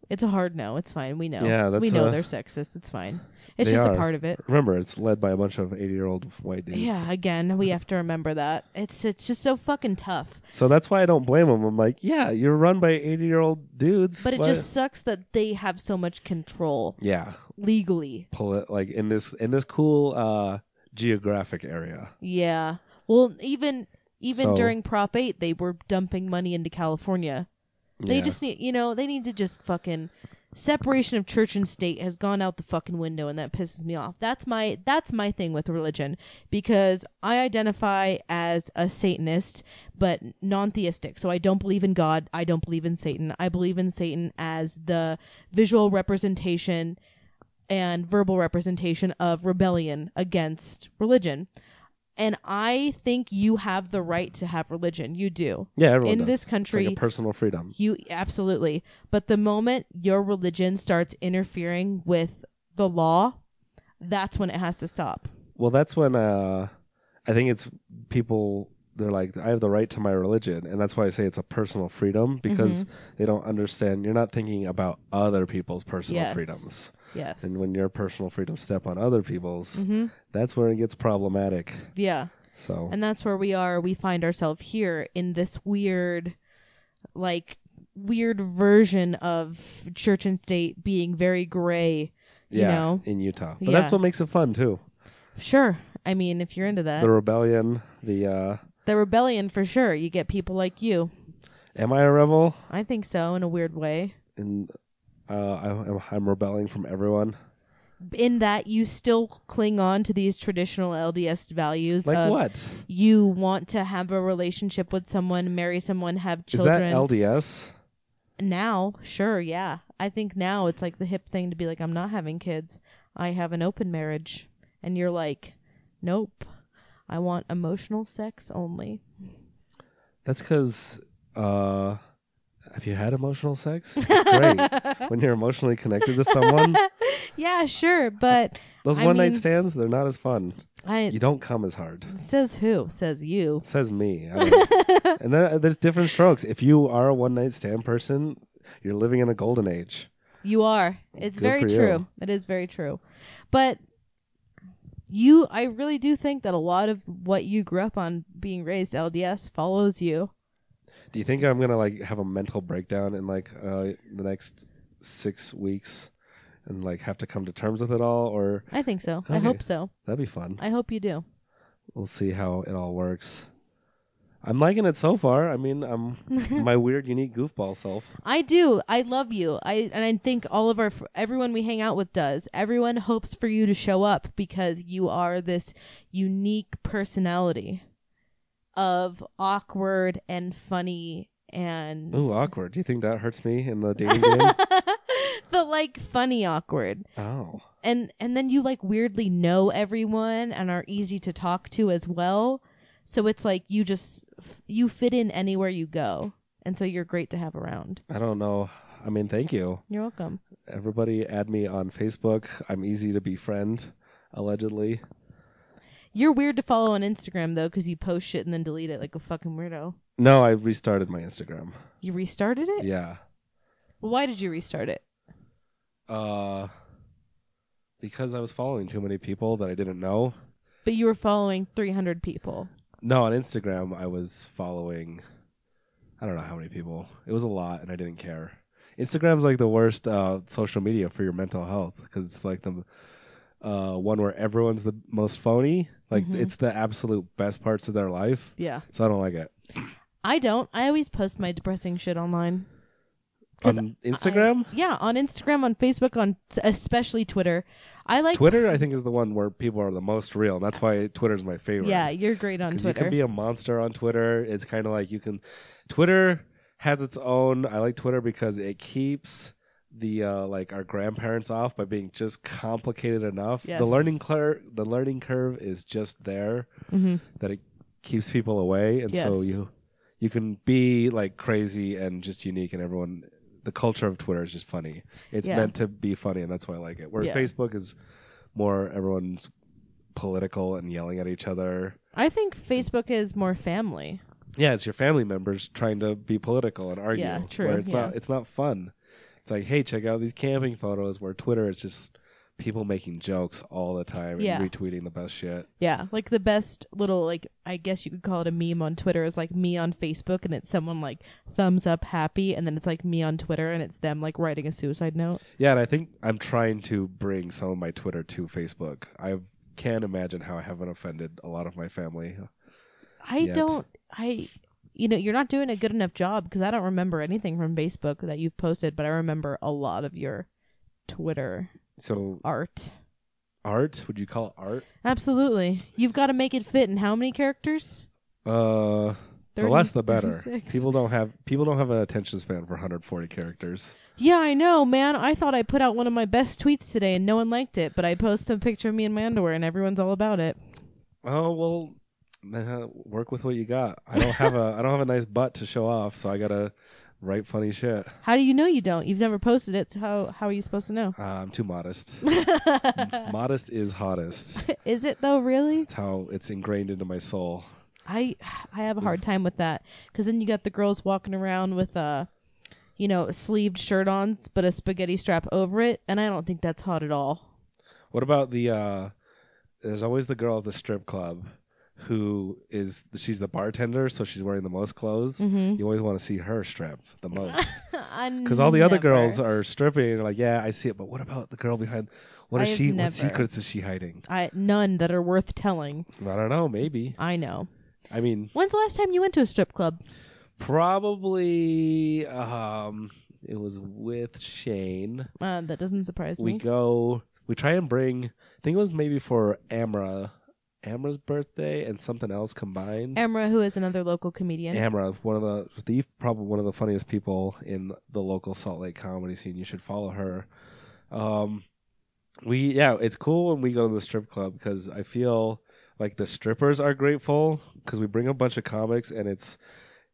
C: It's a hard no. It's fine. We know.
B: Yeah, that's
C: we know
B: a-
C: they're sexist. It's fine. It's
B: They
C: just
B: are.
C: a part of it.
B: remember it's led by a bunch of 80 year old white dudes
C: Yeah. Again, we have to remember that. It's it's just so fucking tough.
B: So that's why I don't blame them. I'm like, yeah, you're run by 80 year old dudes.
C: But it just sucks that they have so much control
B: yeah,
C: legally.
B: pull it like in this in this cool uh geographic area.
C: Yeah. Well, even even
B: So-
C: during Prop Eight, they were dumping money into California. They
B: Yeah.
C: just need, you know, they need to just fucking separation of church and state has gone out the fucking window and that pisses me off. That's my that's my thing with religion because I identify as a satanist but non-theistic. So I don't believe in God, I don't believe in Satan. I believe in Satan as the visual representation and verbal representation of rebellion against religion. And I think you have the right to have religion. You do.
B: Yeah, everyone
C: In
B: does.
C: this
B: It's like a
C: country-
B: personal freedom.
C: You absolutely. But the moment your religion starts interfering with the law, that's when it has to stop.
B: Well, that's when uh, I think it's people. They're like, I have the right to my religion, and that's why I say it's a personal freedom because
C: Mm-hmm.
B: they don't understand. You're not thinking about other people's personal
C: Yes.
B: freedoms,
C: Yes.
B: and when your personal freedoms step on other people's,
C: Mhm.
B: that's where it gets problematic.
C: yeah.
B: So
C: And that's where we are. We find ourselves here in this weird, like, weird version of church and state being very gray. You
B: yeah,
C: know?
B: in Utah, but
C: Yeah.
B: that's what makes it fun too.
C: Sure. I mean, if you're into that,
B: The rebellion, the uh,
C: the rebellion for sure. You get people like you.
B: am I a rebel?
C: I think so, in a weird way.
B: And uh, I, I'm rebelling from everyone.
C: In that you still cling on to these traditional LDS values
B: Like
C: of
B: what?
C: you want to have a relationship with someone, marry someone, have children.
B: Is that LDS?
C: now, sure, yeah. I think now it's like the hip thing to be like, I'm not having kids. I have an open marriage. And you're like, nope. I want emotional sex only.
B: That's because uh, have you had emotional sex? It's great when you're emotionally connected to someone.
C: yeah, sure, but
B: Those
C: I
B: one night
C: mean-
B: stands, they're not as fun.
C: I
B: You don't come as hard.
C: says who? Says you.
B: It says me. I don't- and there, there's different strokes. If you are a one night stand person, you're living in a golden age.
C: You are. It's
B: Good
C: very
B: for you.
C: true. It is very true. But you I really do think that a lot of what you grew up on being raised LDS follows you.
B: Do you think I'm gonna like have a mental breakdown in like uh, the next six weeks? And like have to come to terms with it all, or
C: I think so. I
B: Okay.
C: hope so.
B: that'd be fun.
C: I hope you do.
B: we'll see how it all works. I'm liking it so far. I mean, I'm my weird, unique goofball self.
C: I do. I love you. I and I think all of our fr- everyone we hang out with does. Everyone hopes for you to show up because you are this unique personality of awkward and funny and
B: Ooh, awkward. Do you think that hurts me in the dating game?
C: but like funny awkward.
B: Oh,
C: and and then you like weirdly know everyone and are easy to talk to as well so it's like you just f- you fit in anywhere you go and so you're great to have around
B: I don't know. I mean, thank you.
C: you're welcome
B: Everybody, add me on Facebook. I'm easy to befriend, allegedly.
C: you're weird to follow on instagram though because you post shit and then delete it like a fucking weirdo
B: No, I restarted my Instagram.
C: you restarted it
B: Yeah.
C: Well, why did you restart it
B: Uh, because I was following too many people that I didn't know.
C: but you were following 300 people
B: No, on Instagram I was following I don't know how many people. It was a lot and I didn't care. Instagram's like the worst uh, social media for your mental health cuz it's like the uh, one where everyone's the most phony. Like
C: Mhm.
B: it's the absolute best parts of their life.
C: yeah
B: So I don't like it.
C: i don't i always post my depressing shit online 'Cause
B: On Instagram?
C: I- yeah on instagram on facebook on especially twitter i like
B: Twitter I think is the one where people are the most real. And that's why Twitter's my favorite.
C: yeah you're great on
B: Because
C: twitter
B: you can be a monster on Twitter. It's kind of like you can. Twitter has its own. I like Twitter because it keeps the uh, like our grandparents off by being just complicated enough.
C: Yes.
B: The learning curve, the learning curve is just there
C: mm-hmm.
B: that it keeps people away, and so
C: Yes.
B: you you can be like crazy and just unique, and everyone. The culture of Twitter is just funny. It's
C: Yeah.
B: meant to be funny, and that's why I like it. Where
C: Yeah.
B: Facebook is more everyone's political and yelling at each other.
C: I think Facebook is more family.
B: Yeah, it's your family members trying to be political and argue.
C: Yeah, true,
B: Where it's
C: yeah.
B: not it's not fun. It's like, hey, check out these camping photos where Twitter is just people making jokes all the time
C: Yeah.
B: and retweeting the best shit.
C: Yeah, like the best little like I guess you could call it a meme on Twitter is like me on Facebook and it's someone like thumbs up happy and then it's like me on Twitter and it's them like writing a suicide note.
B: Yeah, and I think I'm trying to bring some of my Twitter to Facebook. I can't imagine how I haven't offended a lot of my family.
C: I
B: Yet.
C: don't I you know, you're not doing a good enough job because I don't remember anything from Facebook that you've posted, but I remember a lot of your Twitter
B: So
C: art.
B: art? Would you call it art?
C: Absolutely. You've got to make it fit in how many characters?
B: Uh, the
C: 30,
B: less the better.
C: 36.
B: People don't have people don't have an attention span for 140 characters.
C: Yeah, I know, man. I thought I put out one of my best tweets today and no one liked it, but I posted a picture of me in my underwear and everyone's all about it.
B: Oh well, uh, work with what you got. I don't have a I don't have a nice butt to show off, so I gotta write funny shit.
C: How do you know you don't? You've never posted it, so how how are you supposed to know?
B: Uh, I'm too modest. modest is hottest.
C: Is it though, really?
B: It's how it's ingrained into my soul.
C: I I have a hard time with that because then you got the girls walking around with a, you know, a sleeved shirt on but a spaghetti strap over it, and I don't think that's hot at all.
B: What about the? uh There's always the girl at the strip club who is she's the bartender, so she's wearing the most clothes.
C: Mm-hmm.
B: You always want to see her strip the most.
C: Because
B: Because all the other girls are stripping. and like, yeah, I see it, but what about the girl behind? What is
C: I've
B: she?
C: never-
B: What secrets is she hiding?
C: I, none that are worth telling.
B: I don't know. Maybe.
C: I know.
B: I mean,
C: When's the last time you went to a strip club?
B: probably. Um, it was with Shane.
C: Uh, that doesn't surprise
B: We
C: me.
B: go. We try and bring. I think it was maybe for Amra, Amra's birthday and something else combined.
C: Emra, who is another local comedian,
B: Amra, one of the the probably one of the funniest people in the local Salt Lake comedy scene. You should follow her. Um, we yeah, it's cool when we go to the strip club because I feel like the strippers are grateful because we bring a bunch of comics and it's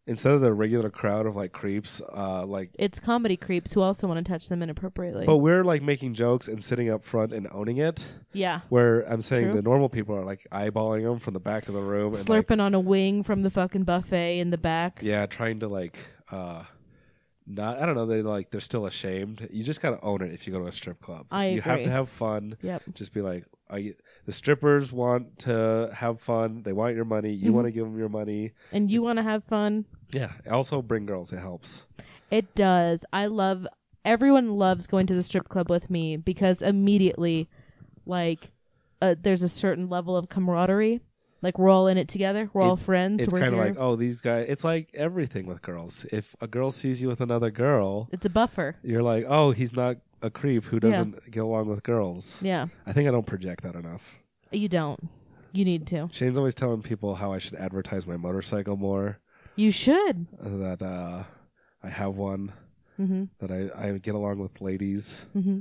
B: instead of the regular crowd of like creeps, uh, like
C: it's comedy creeps who also want to touch them inappropriately.
B: but we're like making jokes and sitting up front and owning it.
C: yeah,
B: Where I'm saying
C: True.
B: the normal people are like eyeballing them from the back of the room, and, like,
C: slurping on a wing from the fucking buffet in the back.
B: yeah trying to like uh not i don't know they like they're still ashamed you just gotta own it if you go to a strip club
C: I
B: you have to
C: agree.
B: have fun
C: Yep.
B: just be like I, the strippers want to have fun they want your money you
C: Mhm.
B: want to give them your money
C: And you want to have fun?
B: yeah also bring girls it helps
C: It does. I love everyone loves going to the strip club with me because immediately like uh, there's a certain level of camaraderie. Like we're all in it together. We're all
B: It-
C: friends.
B: it's
C: we're
B: kind of
C: here.
B: like oh these guys it's like everything with girls if a girl sees you with another girl
C: it's a buffer.
B: you're like oh he's not a creep who
C: Yeah.
B: doesn't get along with girls
C: Yeah.
B: i think i don't project that enough
C: You don't. You need to.
B: shane's always telling people how i should advertise my motorcycle more
C: You should.
B: that uh, I have one
C: hmm
B: that I, I get along with ladies.
C: hmm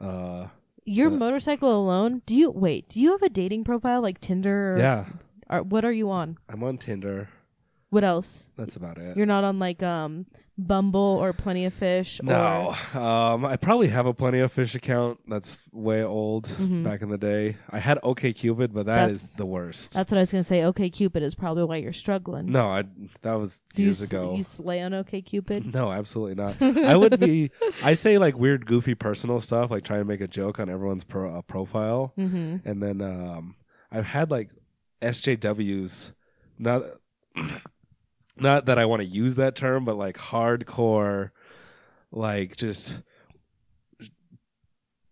B: Uh,
C: Your
B: Uh,
C: motorcycle alone. Do you wait? Do you have a dating profile like Tinder? Or,
B: yeah,
C: Or, what are you on?
B: I'm on Tinder.
C: What else?
B: That's about it.
C: You're not on like um Bumble or Plenty of Fish.
B: no, um, I probably have a Plenty of Fish account that's way old
C: Mhm.
B: back in the day. I had OK Cupid, but that is
C: That's-
B: the worst.
C: That's what I was gonna say. Okay, Cupid is probably why you're struggling.
B: No, I that was
C: Do
B: years
C: you, sl-
B: ago.
C: You slay on OK Cupid.
B: no, absolutely not. I would be. I say like weird, goofy, personal stuff, like try and make a joke on everyone's pro- uh, profile.
C: mm-hmm.
B: and then um, I've had like SJWs, not not that I want to use that term, but like hardcore, like just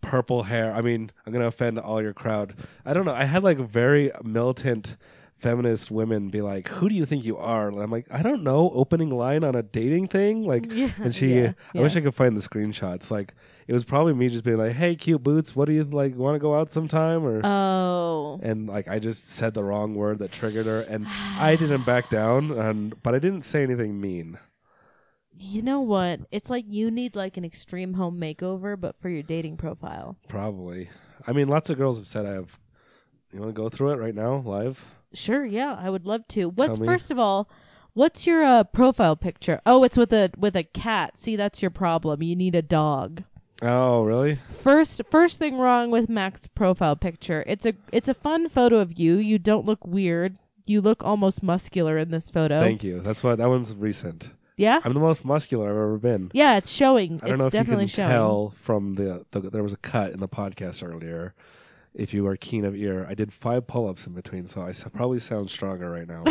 B: purple hair. I mean, I'm gonna offend all your crowd. I don't know. I had like very militant feminist women be like, "Who do you think you are?" And I'm like, "I don't know." Opening line on a dating thing, like
C: Yeah,
B: and she uh, i
C: yeah,
B: wish
C: yeah.
B: i could find the screenshots like it was probably me just being like hey cute boots what do you like want to go out sometime or
C: Oh,
B: and like i just said the wrong word that triggered her and i didn't back down and but i didn't say anything mean
C: you know what? It's like you need like an extreme home makeover, but for your dating profile.
B: probably i mean lots of girls have said i have you want to go through it right now live
C: Sure, yeah, I would love to. What's
B: Tell me.
C: first of all? What's your uh, profile picture? Oh, it's with a with a cat. See, that's your problem. You need a dog.
B: oh really
C: First, first thing wrong with Mac's profile picture. It's a it's a fun photo of you. You don't look weird. You look almost muscular in this photo.
B: thank you that's why that one's recent
C: Yeah,
B: i'm the most muscular i've ever been
C: yeah, it's showing.
B: I don't
C: it's
B: know if you
C: definitely
B: can
C: showing.
B: tell from the, the there was a cut in the podcast earlier. If you are keen of ear, I did five pull-ups in between, so I s- probably sound stronger right now.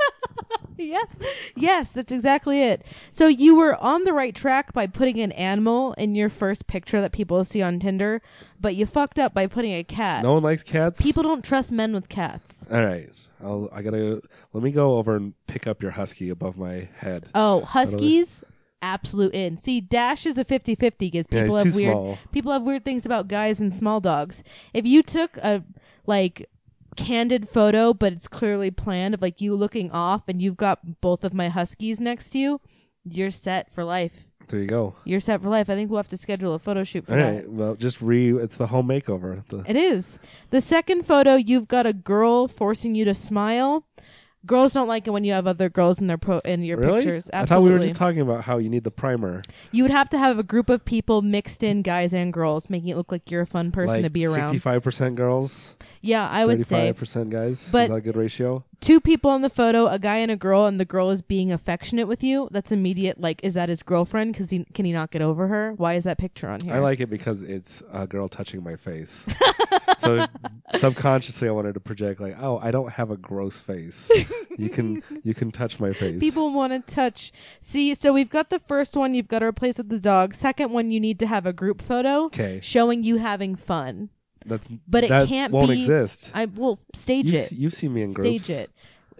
C: yes. Yes, that's exactly it. So you were on the right track by putting an animal in your first picture that people see on Tinder, but you fucked up by putting a cat.
B: No one likes cats.
C: People don't trust men with cats.
B: All right. I'll, I gotta let me go over and pick up your husky above my head.
C: Oh, huskies, absolute in. See, Dash is a 50-50 because
B: Yeah,
C: people
B: he's
C: have
B: too
C: weird
B: small.
C: people have weird things about guys and small dogs. If you took a like candid photo, but it's clearly planned of like you looking off and you've got both of my huskies next to you, you're set for life.
B: There you go.
C: You're set for life. I think we'll have to schedule a photo shoot for
B: All
C: that.
B: right. Well, just re. It's the home makeover. The,
C: It is. The second photo, you've got a girl forcing you to smile. Girls don't like it when you have other girls in their pro- in your
B: really?
C: pictures.
B: I thought we
C: Absolutely.
B: were just talking about how you need the primer,
C: you would have to have a group of people mixed in, guys and girls, making it look like you're a fun person to
B: like
C: be around.
B: sixty-five percent girls,
C: Yeah, I would say
B: thirty-five percent guys.
C: But-
B: is that a good ratio?
C: two people in the photo, a guy and a girl, and the girl is being affectionate with you. That's immediate. Like, is that his girlfriend? Because he can he not get over her? Why is that picture on here?
B: I like it because it's a girl touching my face. so subconsciously, I wanted to project like, oh, I don't have a gross face. you can you can touch my face.
C: People want to touch. See, so we've got the first one you've got to replace with the dog. Second one, you need to have a group photo
B: 'Kay.
C: showing you having fun.
B: That's,
C: But it
B: that
C: can't
B: won't
C: be-
B: exist.
C: I will stage
B: You've,
C: it.
B: se- you've seen me in
C: stage
B: groups.
C: it.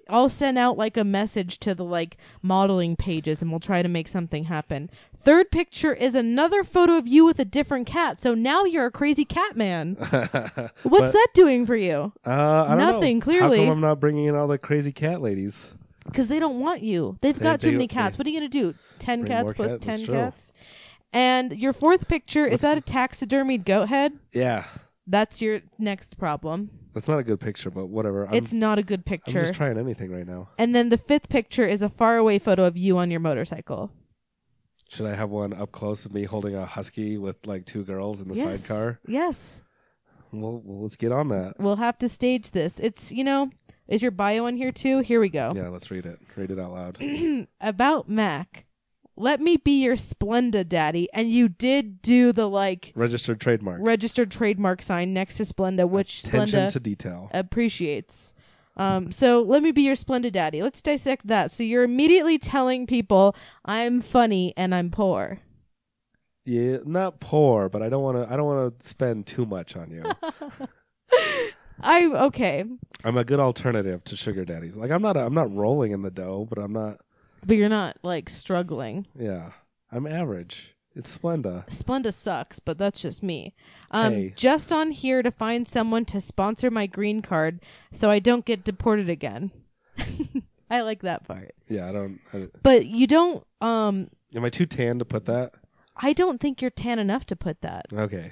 C: I'll send out like a message to the like modeling pages and we'll try to make something happen. Third picture is another photo of you with a different cat. So now you're a crazy cat man. What's that doing for you?
B: Uh, I don't know.
C: Nothing,
B: How
C: clearly.
B: come I'm not bringing in all the crazy cat ladies?
C: because they don't want you. They've got
B: they-
C: too many
B: they-
C: cats. what are you gonna do? Ten
B: Bring
C: cats
B: more
C: plus
B: cats, that's
C: ten
B: true.
C: cats. And your fourth picture
B: Let's-
C: is that a taxidermied goat head?
B: Yeah,
C: That's your next problem.
B: that's not a good picture, but whatever. I'm,
C: it's not a good
B: I'm
C: picture.
B: just trying anything right now.
C: and then the fifth picture is a faraway photo of you on your motorcycle.
B: Should I have one up close of me holding a husky with like two girls in the
C: yes.
B: sidecar?
C: Yes.
B: Well, well, let's get on that.
C: We'll have to stage this. It's you know, is your bio in here too? Here we go.
B: Yeah, let's read it. Read it out loud.
C: About Mac. Let me be your Splenda daddy. And you did do the like
B: Registered trademark.
C: registered trademark sign next to Splenda, which
B: Attention
C: Splenda
B: to detail.
C: appreciates. Um, so let me be your splendid daddy. Let's dissect that. So you're immediately telling people I'm funny and I'm poor.
B: yeah, not poor, but I don't want to. I don't want to spend too much on you.
C: I okay,
B: I'm a good alternative to sugar daddies. Like I'm not. I'm not rolling in the dough, but I'm not.
C: but you're not like struggling.
B: Yeah, I'm average. It's Splenda.
C: Splenda sucks, but that's just me. Um,
B: Hey.
C: just on here to find someone to sponsor my green card so I don't get deported again. I like that part.
B: Yeah, I don't. I,
C: But you don't. Um,
B: am I too tan to put that?
C: I don't think you're tan enough to put that.
B: Okay.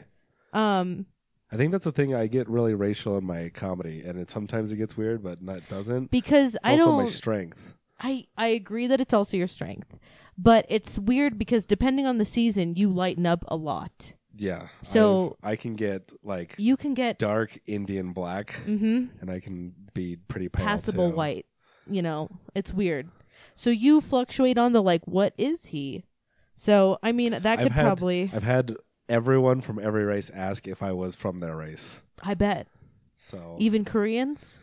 C: Um,
B: I think that's the thing. I get really racial in my comedy, and it sometimes it gets weird, but not, it doesn't. It's
C: because I
B: also
C: don't.
B: my strength.
C: I I agree that it's also your strength, but it's weird because depending on the season, you lighten up a lot.
B: Yeah.
C: So-
B: I've- I can get like
C: You can get
B: dark Indian black,
C: hmm
B: and I can be pretty pale
C: passable
B: too.
C: white. You know, it's weird. So you fluctuate on the like, what is he? So I mean, that
B: I've
C: could
B: had,
C: probably.
B: I've had everyone from every race ask if I was from their race.
C: I bet
B: So
C: even Koreans.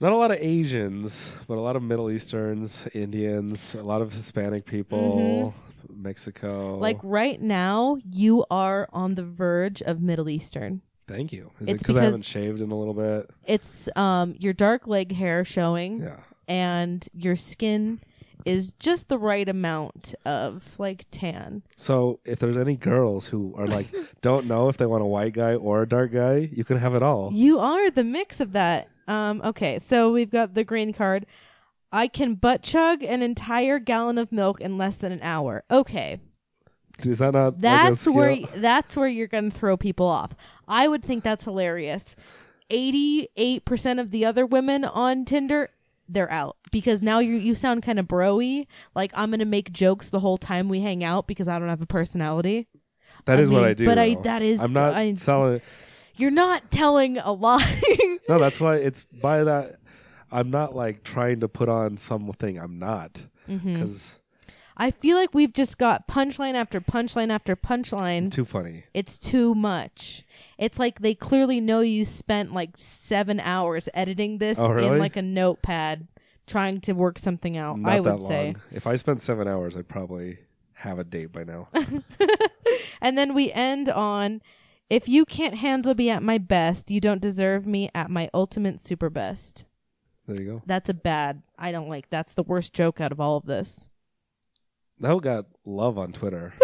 B: not a lot of Asians, but a lot of Middle Easterns, Indians, a lot of Hispanic people, Mexico.
C: Mm-hmm. Like right now, you are on the verge of Middle Eastern.
B: thank you. Is
C: it's
B: it because I
C: because-
B: haven't shaved in a little bit?
C: It's um your dark leg hair showing.
B: Yeah.
C: and your skin is just the right amount of like tan.
B: So if there's any girls who are like don't know if they want a white guy or a dark guy, you can have it all.
C: You are the mix of that. Um okay, so we've got the green card. I can butt chug an entire gallon of milk in less than an hour. Okay.
B: Is that not? like, a
C: That's
B: skill?
C: where that's where you're going to throw people off. I would think that's hilarious. 88% of the other women on Tinder they're out because now you you sound kind of broy. Like I'm going to make jokes the whole time we hang out because I don't have a personality.
B: That
C: I
B: is what
C: mean,
B: I do.
C: but I-
B: though.
C: that is-
B: I'm not
C: I-
B: selling.
C: You're not telling a lie.
B: No, that's why it's by that. I'm not like trying to put on something. I'm not
C: Mhm.
B: because
C: I feel like we've just got punchline after punchline after punchline.
B: too funny.
C: It's too much. It's like they clearly know you spent like seven hours editing this
B: Oh, really?
C: in like a notepad trying to work something out.
B: Not
C: I would
B: that
C: say.
B: long. If I spent seven hours, I'd probably have a date by now.
C: and then we end on if you can't handle me at my best, you don't deserve me at my ultimate super best.
B: there you go.
C: That's a bad. I don't like. That's the worst joke out of all of this.
B: That got love on Twitter.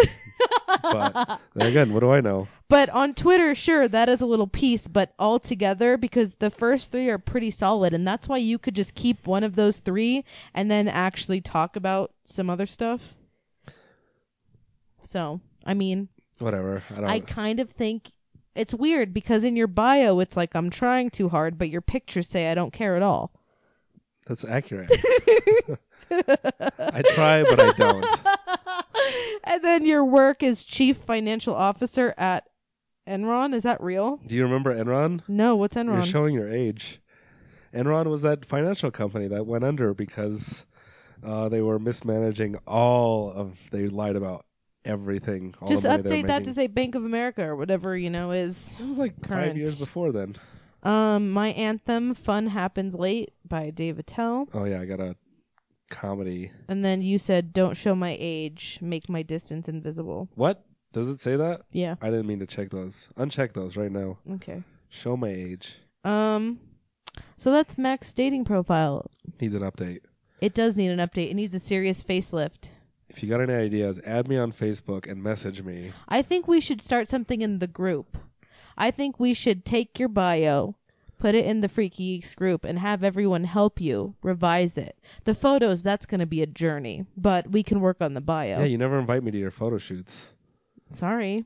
B: but then again, what do I know?
C: But on Twitter, sure, that is a little piece, but all together because the first three are pretty solid, and that's why you could just keep one of those three and then actually talk about some other stuff. So, I mean,
B: Whatever. I don't.
C: I kind of think it's weird because in your bio, it's like I'm trying too hard, but your pictures say I don't care at all.
B: that's accurate. I try, but I don't.
C: and then your work is chief financial officer at Enron. Is that real?
B: Do you remember Enron?
C: No, what's
B: You're
C: Enron?
B: showing your age. Enron was that financial company that went under because uh, they were mismanaging all of. They lied about everything. All
C: Just
B: the money they were
C: update that to
B: making.
C: say Bank of America or whatever you know is.
B: It was like five
C: current.
B: years before then.
C: Um, my anthem, "Fun Happens Late" by Dave Attell,
B: Oh yeah, I got a comedy.
C: and then you said, "Don't show my age, make my distance invisible."
B: What does it say that?
C: Yeah.
B: I didn't mean to check those. Uncheck those right now.
C: Okay.
B: Show my age.
C: Um, so that's Mac's dating profile.
B: Needs an update.
C: It does need an update. It needs a serious facelift.
B: If you got any ideas, add me on Facebook and message me.
C: I think we should start something in the group. I think we should take your bio, put it in the Freaky Geeks group, and have everyone help you revise it. The photos, that's going to be a journey, but we can work on the bio.
B: Yeah, you never invite me to your photo shoots.
C: Sorry.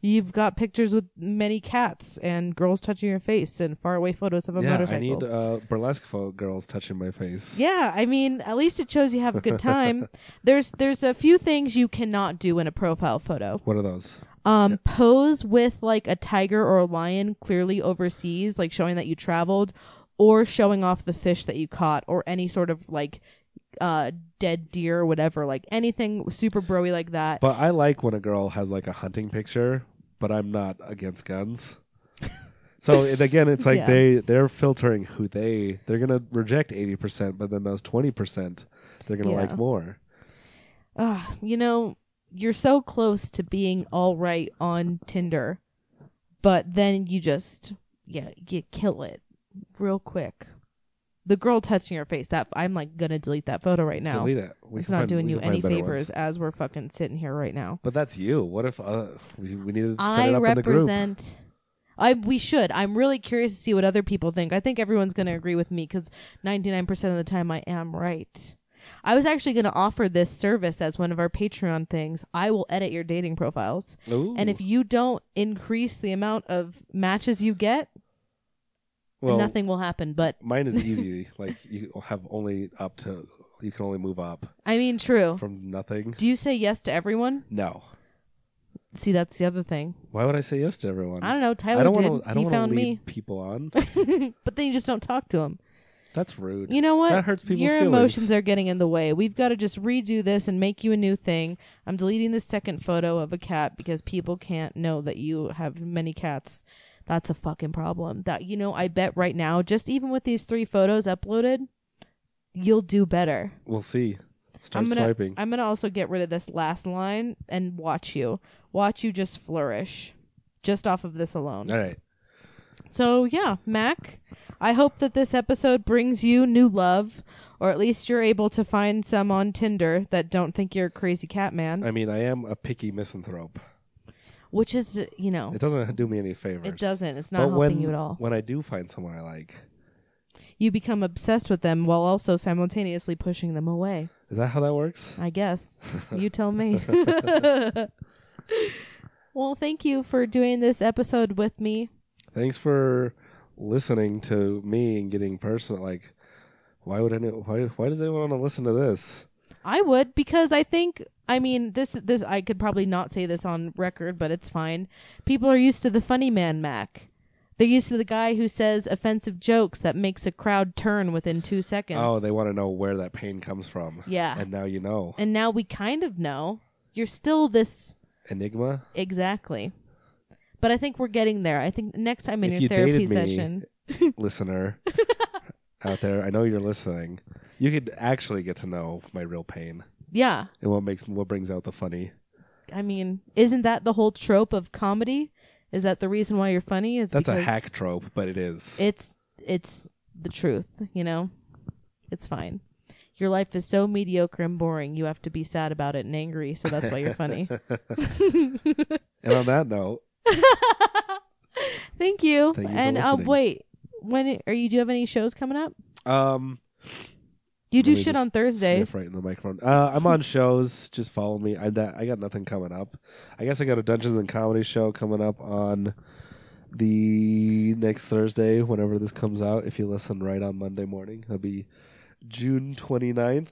C: You've got pictures with many cats and girls touching your face and faraway photos of a
B: yeah,
C: motorcycle.
B: I need uh, burlesque fo- girls touching my face.
C: Yeah, I mean, at least it shows you have a good time. there's there's a few things you cannot do in a profile photo.
B: What are those?
C: Um, pose with like a tiger or a lion clearly overseas, like showing that you traveled, or showing off the fish that you caught, or any sort of like uh dead deer or whatever, like anything super broy like that.
B: But I like when a girl has like a hunting picture, but I'm not against guns. so it, again, it's like
C: Yeah.
B: they they're filtering who they they're gonna reject eighty percent, but then those twenty percent they're gonna
C: Yeah.
B: like more.
C: Ugh, you know, you're so close to being all right on Tinder, but then you just yeah, you kill it real quick. The girl touching your face, that I'm like gonna delete that photo right now.
B: Delete it. We
C: it's
B: can
C: not
B: find-
C: doing
B: we
C: you
B: can find
C: any
B: better
C: favors
B: ones.
C: as we're fucking sitting here right now.
B: But that's you. What if uh, we, we need to set
C: I
B: it up in the group?
C: represent. I we should. I'm really curious to see what other people think. I think everyone's going to agree with me because 99% of the time I am right. I was actually going to offer this service as one of our Patreon things. I will edit your dating profiles,
B: Ooh.
C: and if you don't increase the amount of matches you get,
B: well,
C: nothing will happen. But
B: Mine is easy. like you have only up to you can only move up
C: I mean, true.
B: from nothing.
C: Do you say yes to everyone?
B: No.
C: See, that's the other thing.
B: Why would I say yes to everyone?
C: I don't know. Tyler
B: I don't
C: did.
B: want to. I don't
C: he
B: want
C: found
B: to lead
C: me,
B: people on.
C: but then you just don't talk to him.
B: That's rude.
C: You know what?
B: That hurts people's
C: Your
B: feelings.
C: emotions are getting in the way. We've got to just redo this and make you a new thing. I'm deleting the second photo of a cat because people can't know that you have many cats. That's a fucking problem. That you know, I bet right now, just even with these three photos uploaded, you'll do better.
B: We'll see. Start
C: I'm gonna
B: swiping.
C: I'm gonna also get rid of this last line and watch you. Watch you just flourish. Just off of this alone.
B: All right.
C: So yeah, Mac, I hope that this episode brings you new love, or at least you're able to find some on Tinder that don't think you're a crazy cat man,
B: I mean, I am a picky misanthrope.
C: which is you know
B: It doesn't do me any favors.
C: Oh. it doesn't. It's
B: but
C: not helping
B: when,
C: you at all.
B: When I do find someone I like,
C: You become obsessed with them while also simultaneously pushing them away.
B: is that how that works?
C: I guess you tell me. well, thank you for doing this episode with me.
B: Thanks for listening to me and getting personal. Like, why would anyone? Why, why does anyone want to listen to this?
C: I would because I think I mean this this I could probably not say this on record, but it's fine. People are used to the funny man Mac. They're used to the guy who says offensive jokes that makes a crowd turn within two seconds.
B: Oh, they want to know where that pain comes from.
C: Yeah.
B: And now you know.
C: And now we kind of know you're still this
B: Enigma.
C: exactly. But I think we're getting there. I think next time in
B: If
C: your
B: you
C: therapy
B: dated me-
C: session,
B: listener out there, I know you're listening. You could actually get to know my real pain
C: Yeah.
B: and what makes what brings out the funny.
C: I mean, isn't that the whole trope of comedy? Is that the reason why you're funny? Is
B: That's a
C: because
B: hack trope, but it is.
C: It's it's the truth, you know. It's fine. Your life is so mediocre and boring. You have to be sad about it and angry, so that's why you're funny.
B: and on that note,
C: Thank you.
B: Thank you for
C: and uh,
B: listening.
C: wait, when are you? Do you have any shows coming up?
B: um,
C: You do
B: Let me
C: shit
B: just
C: on Thursdays.
B: Sniff right in the microphone. Uh, I'm on shows. Just follow me. I I got nothing coming up. I guess I got a Dungeons and Comedy show coming up on the next Thursday, whenever this comes out. If you listen right on Monday morning, it'll be June 29th.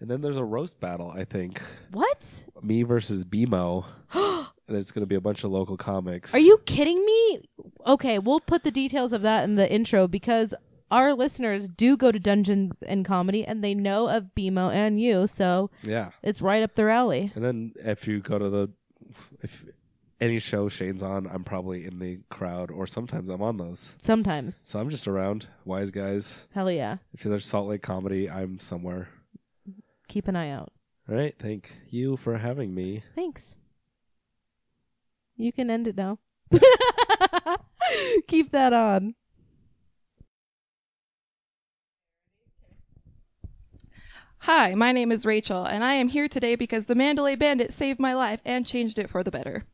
B: And then there's a roast battle. I think
C: What?
B: me versus BMO. and it's going to be a bunch of local comics.
C: Are you kidding me? Okay, we'll put the details of that in the intro because our listeners do go to Dungeons and Comedy and they know of BMO and you, so
B: Yeah.
C: it's right up their alley.
B: And then if you go to the if any show Shane's on, I'm probably in the crowd, or sometimes I'm on those.
C: Sometimes.
B: So I'm just around, wise guys.
C: Hell yeah.
B: If there's Salt Lake comedy, I'm somewhere.
C: Keep an eye out.
B: All right, thank you for having me.
C: Thanks. You can end it now. Keep that on.
D: Hi, my name is Rachel, and I am here today because the Mandalay Bandit saved my life and changed it for the better.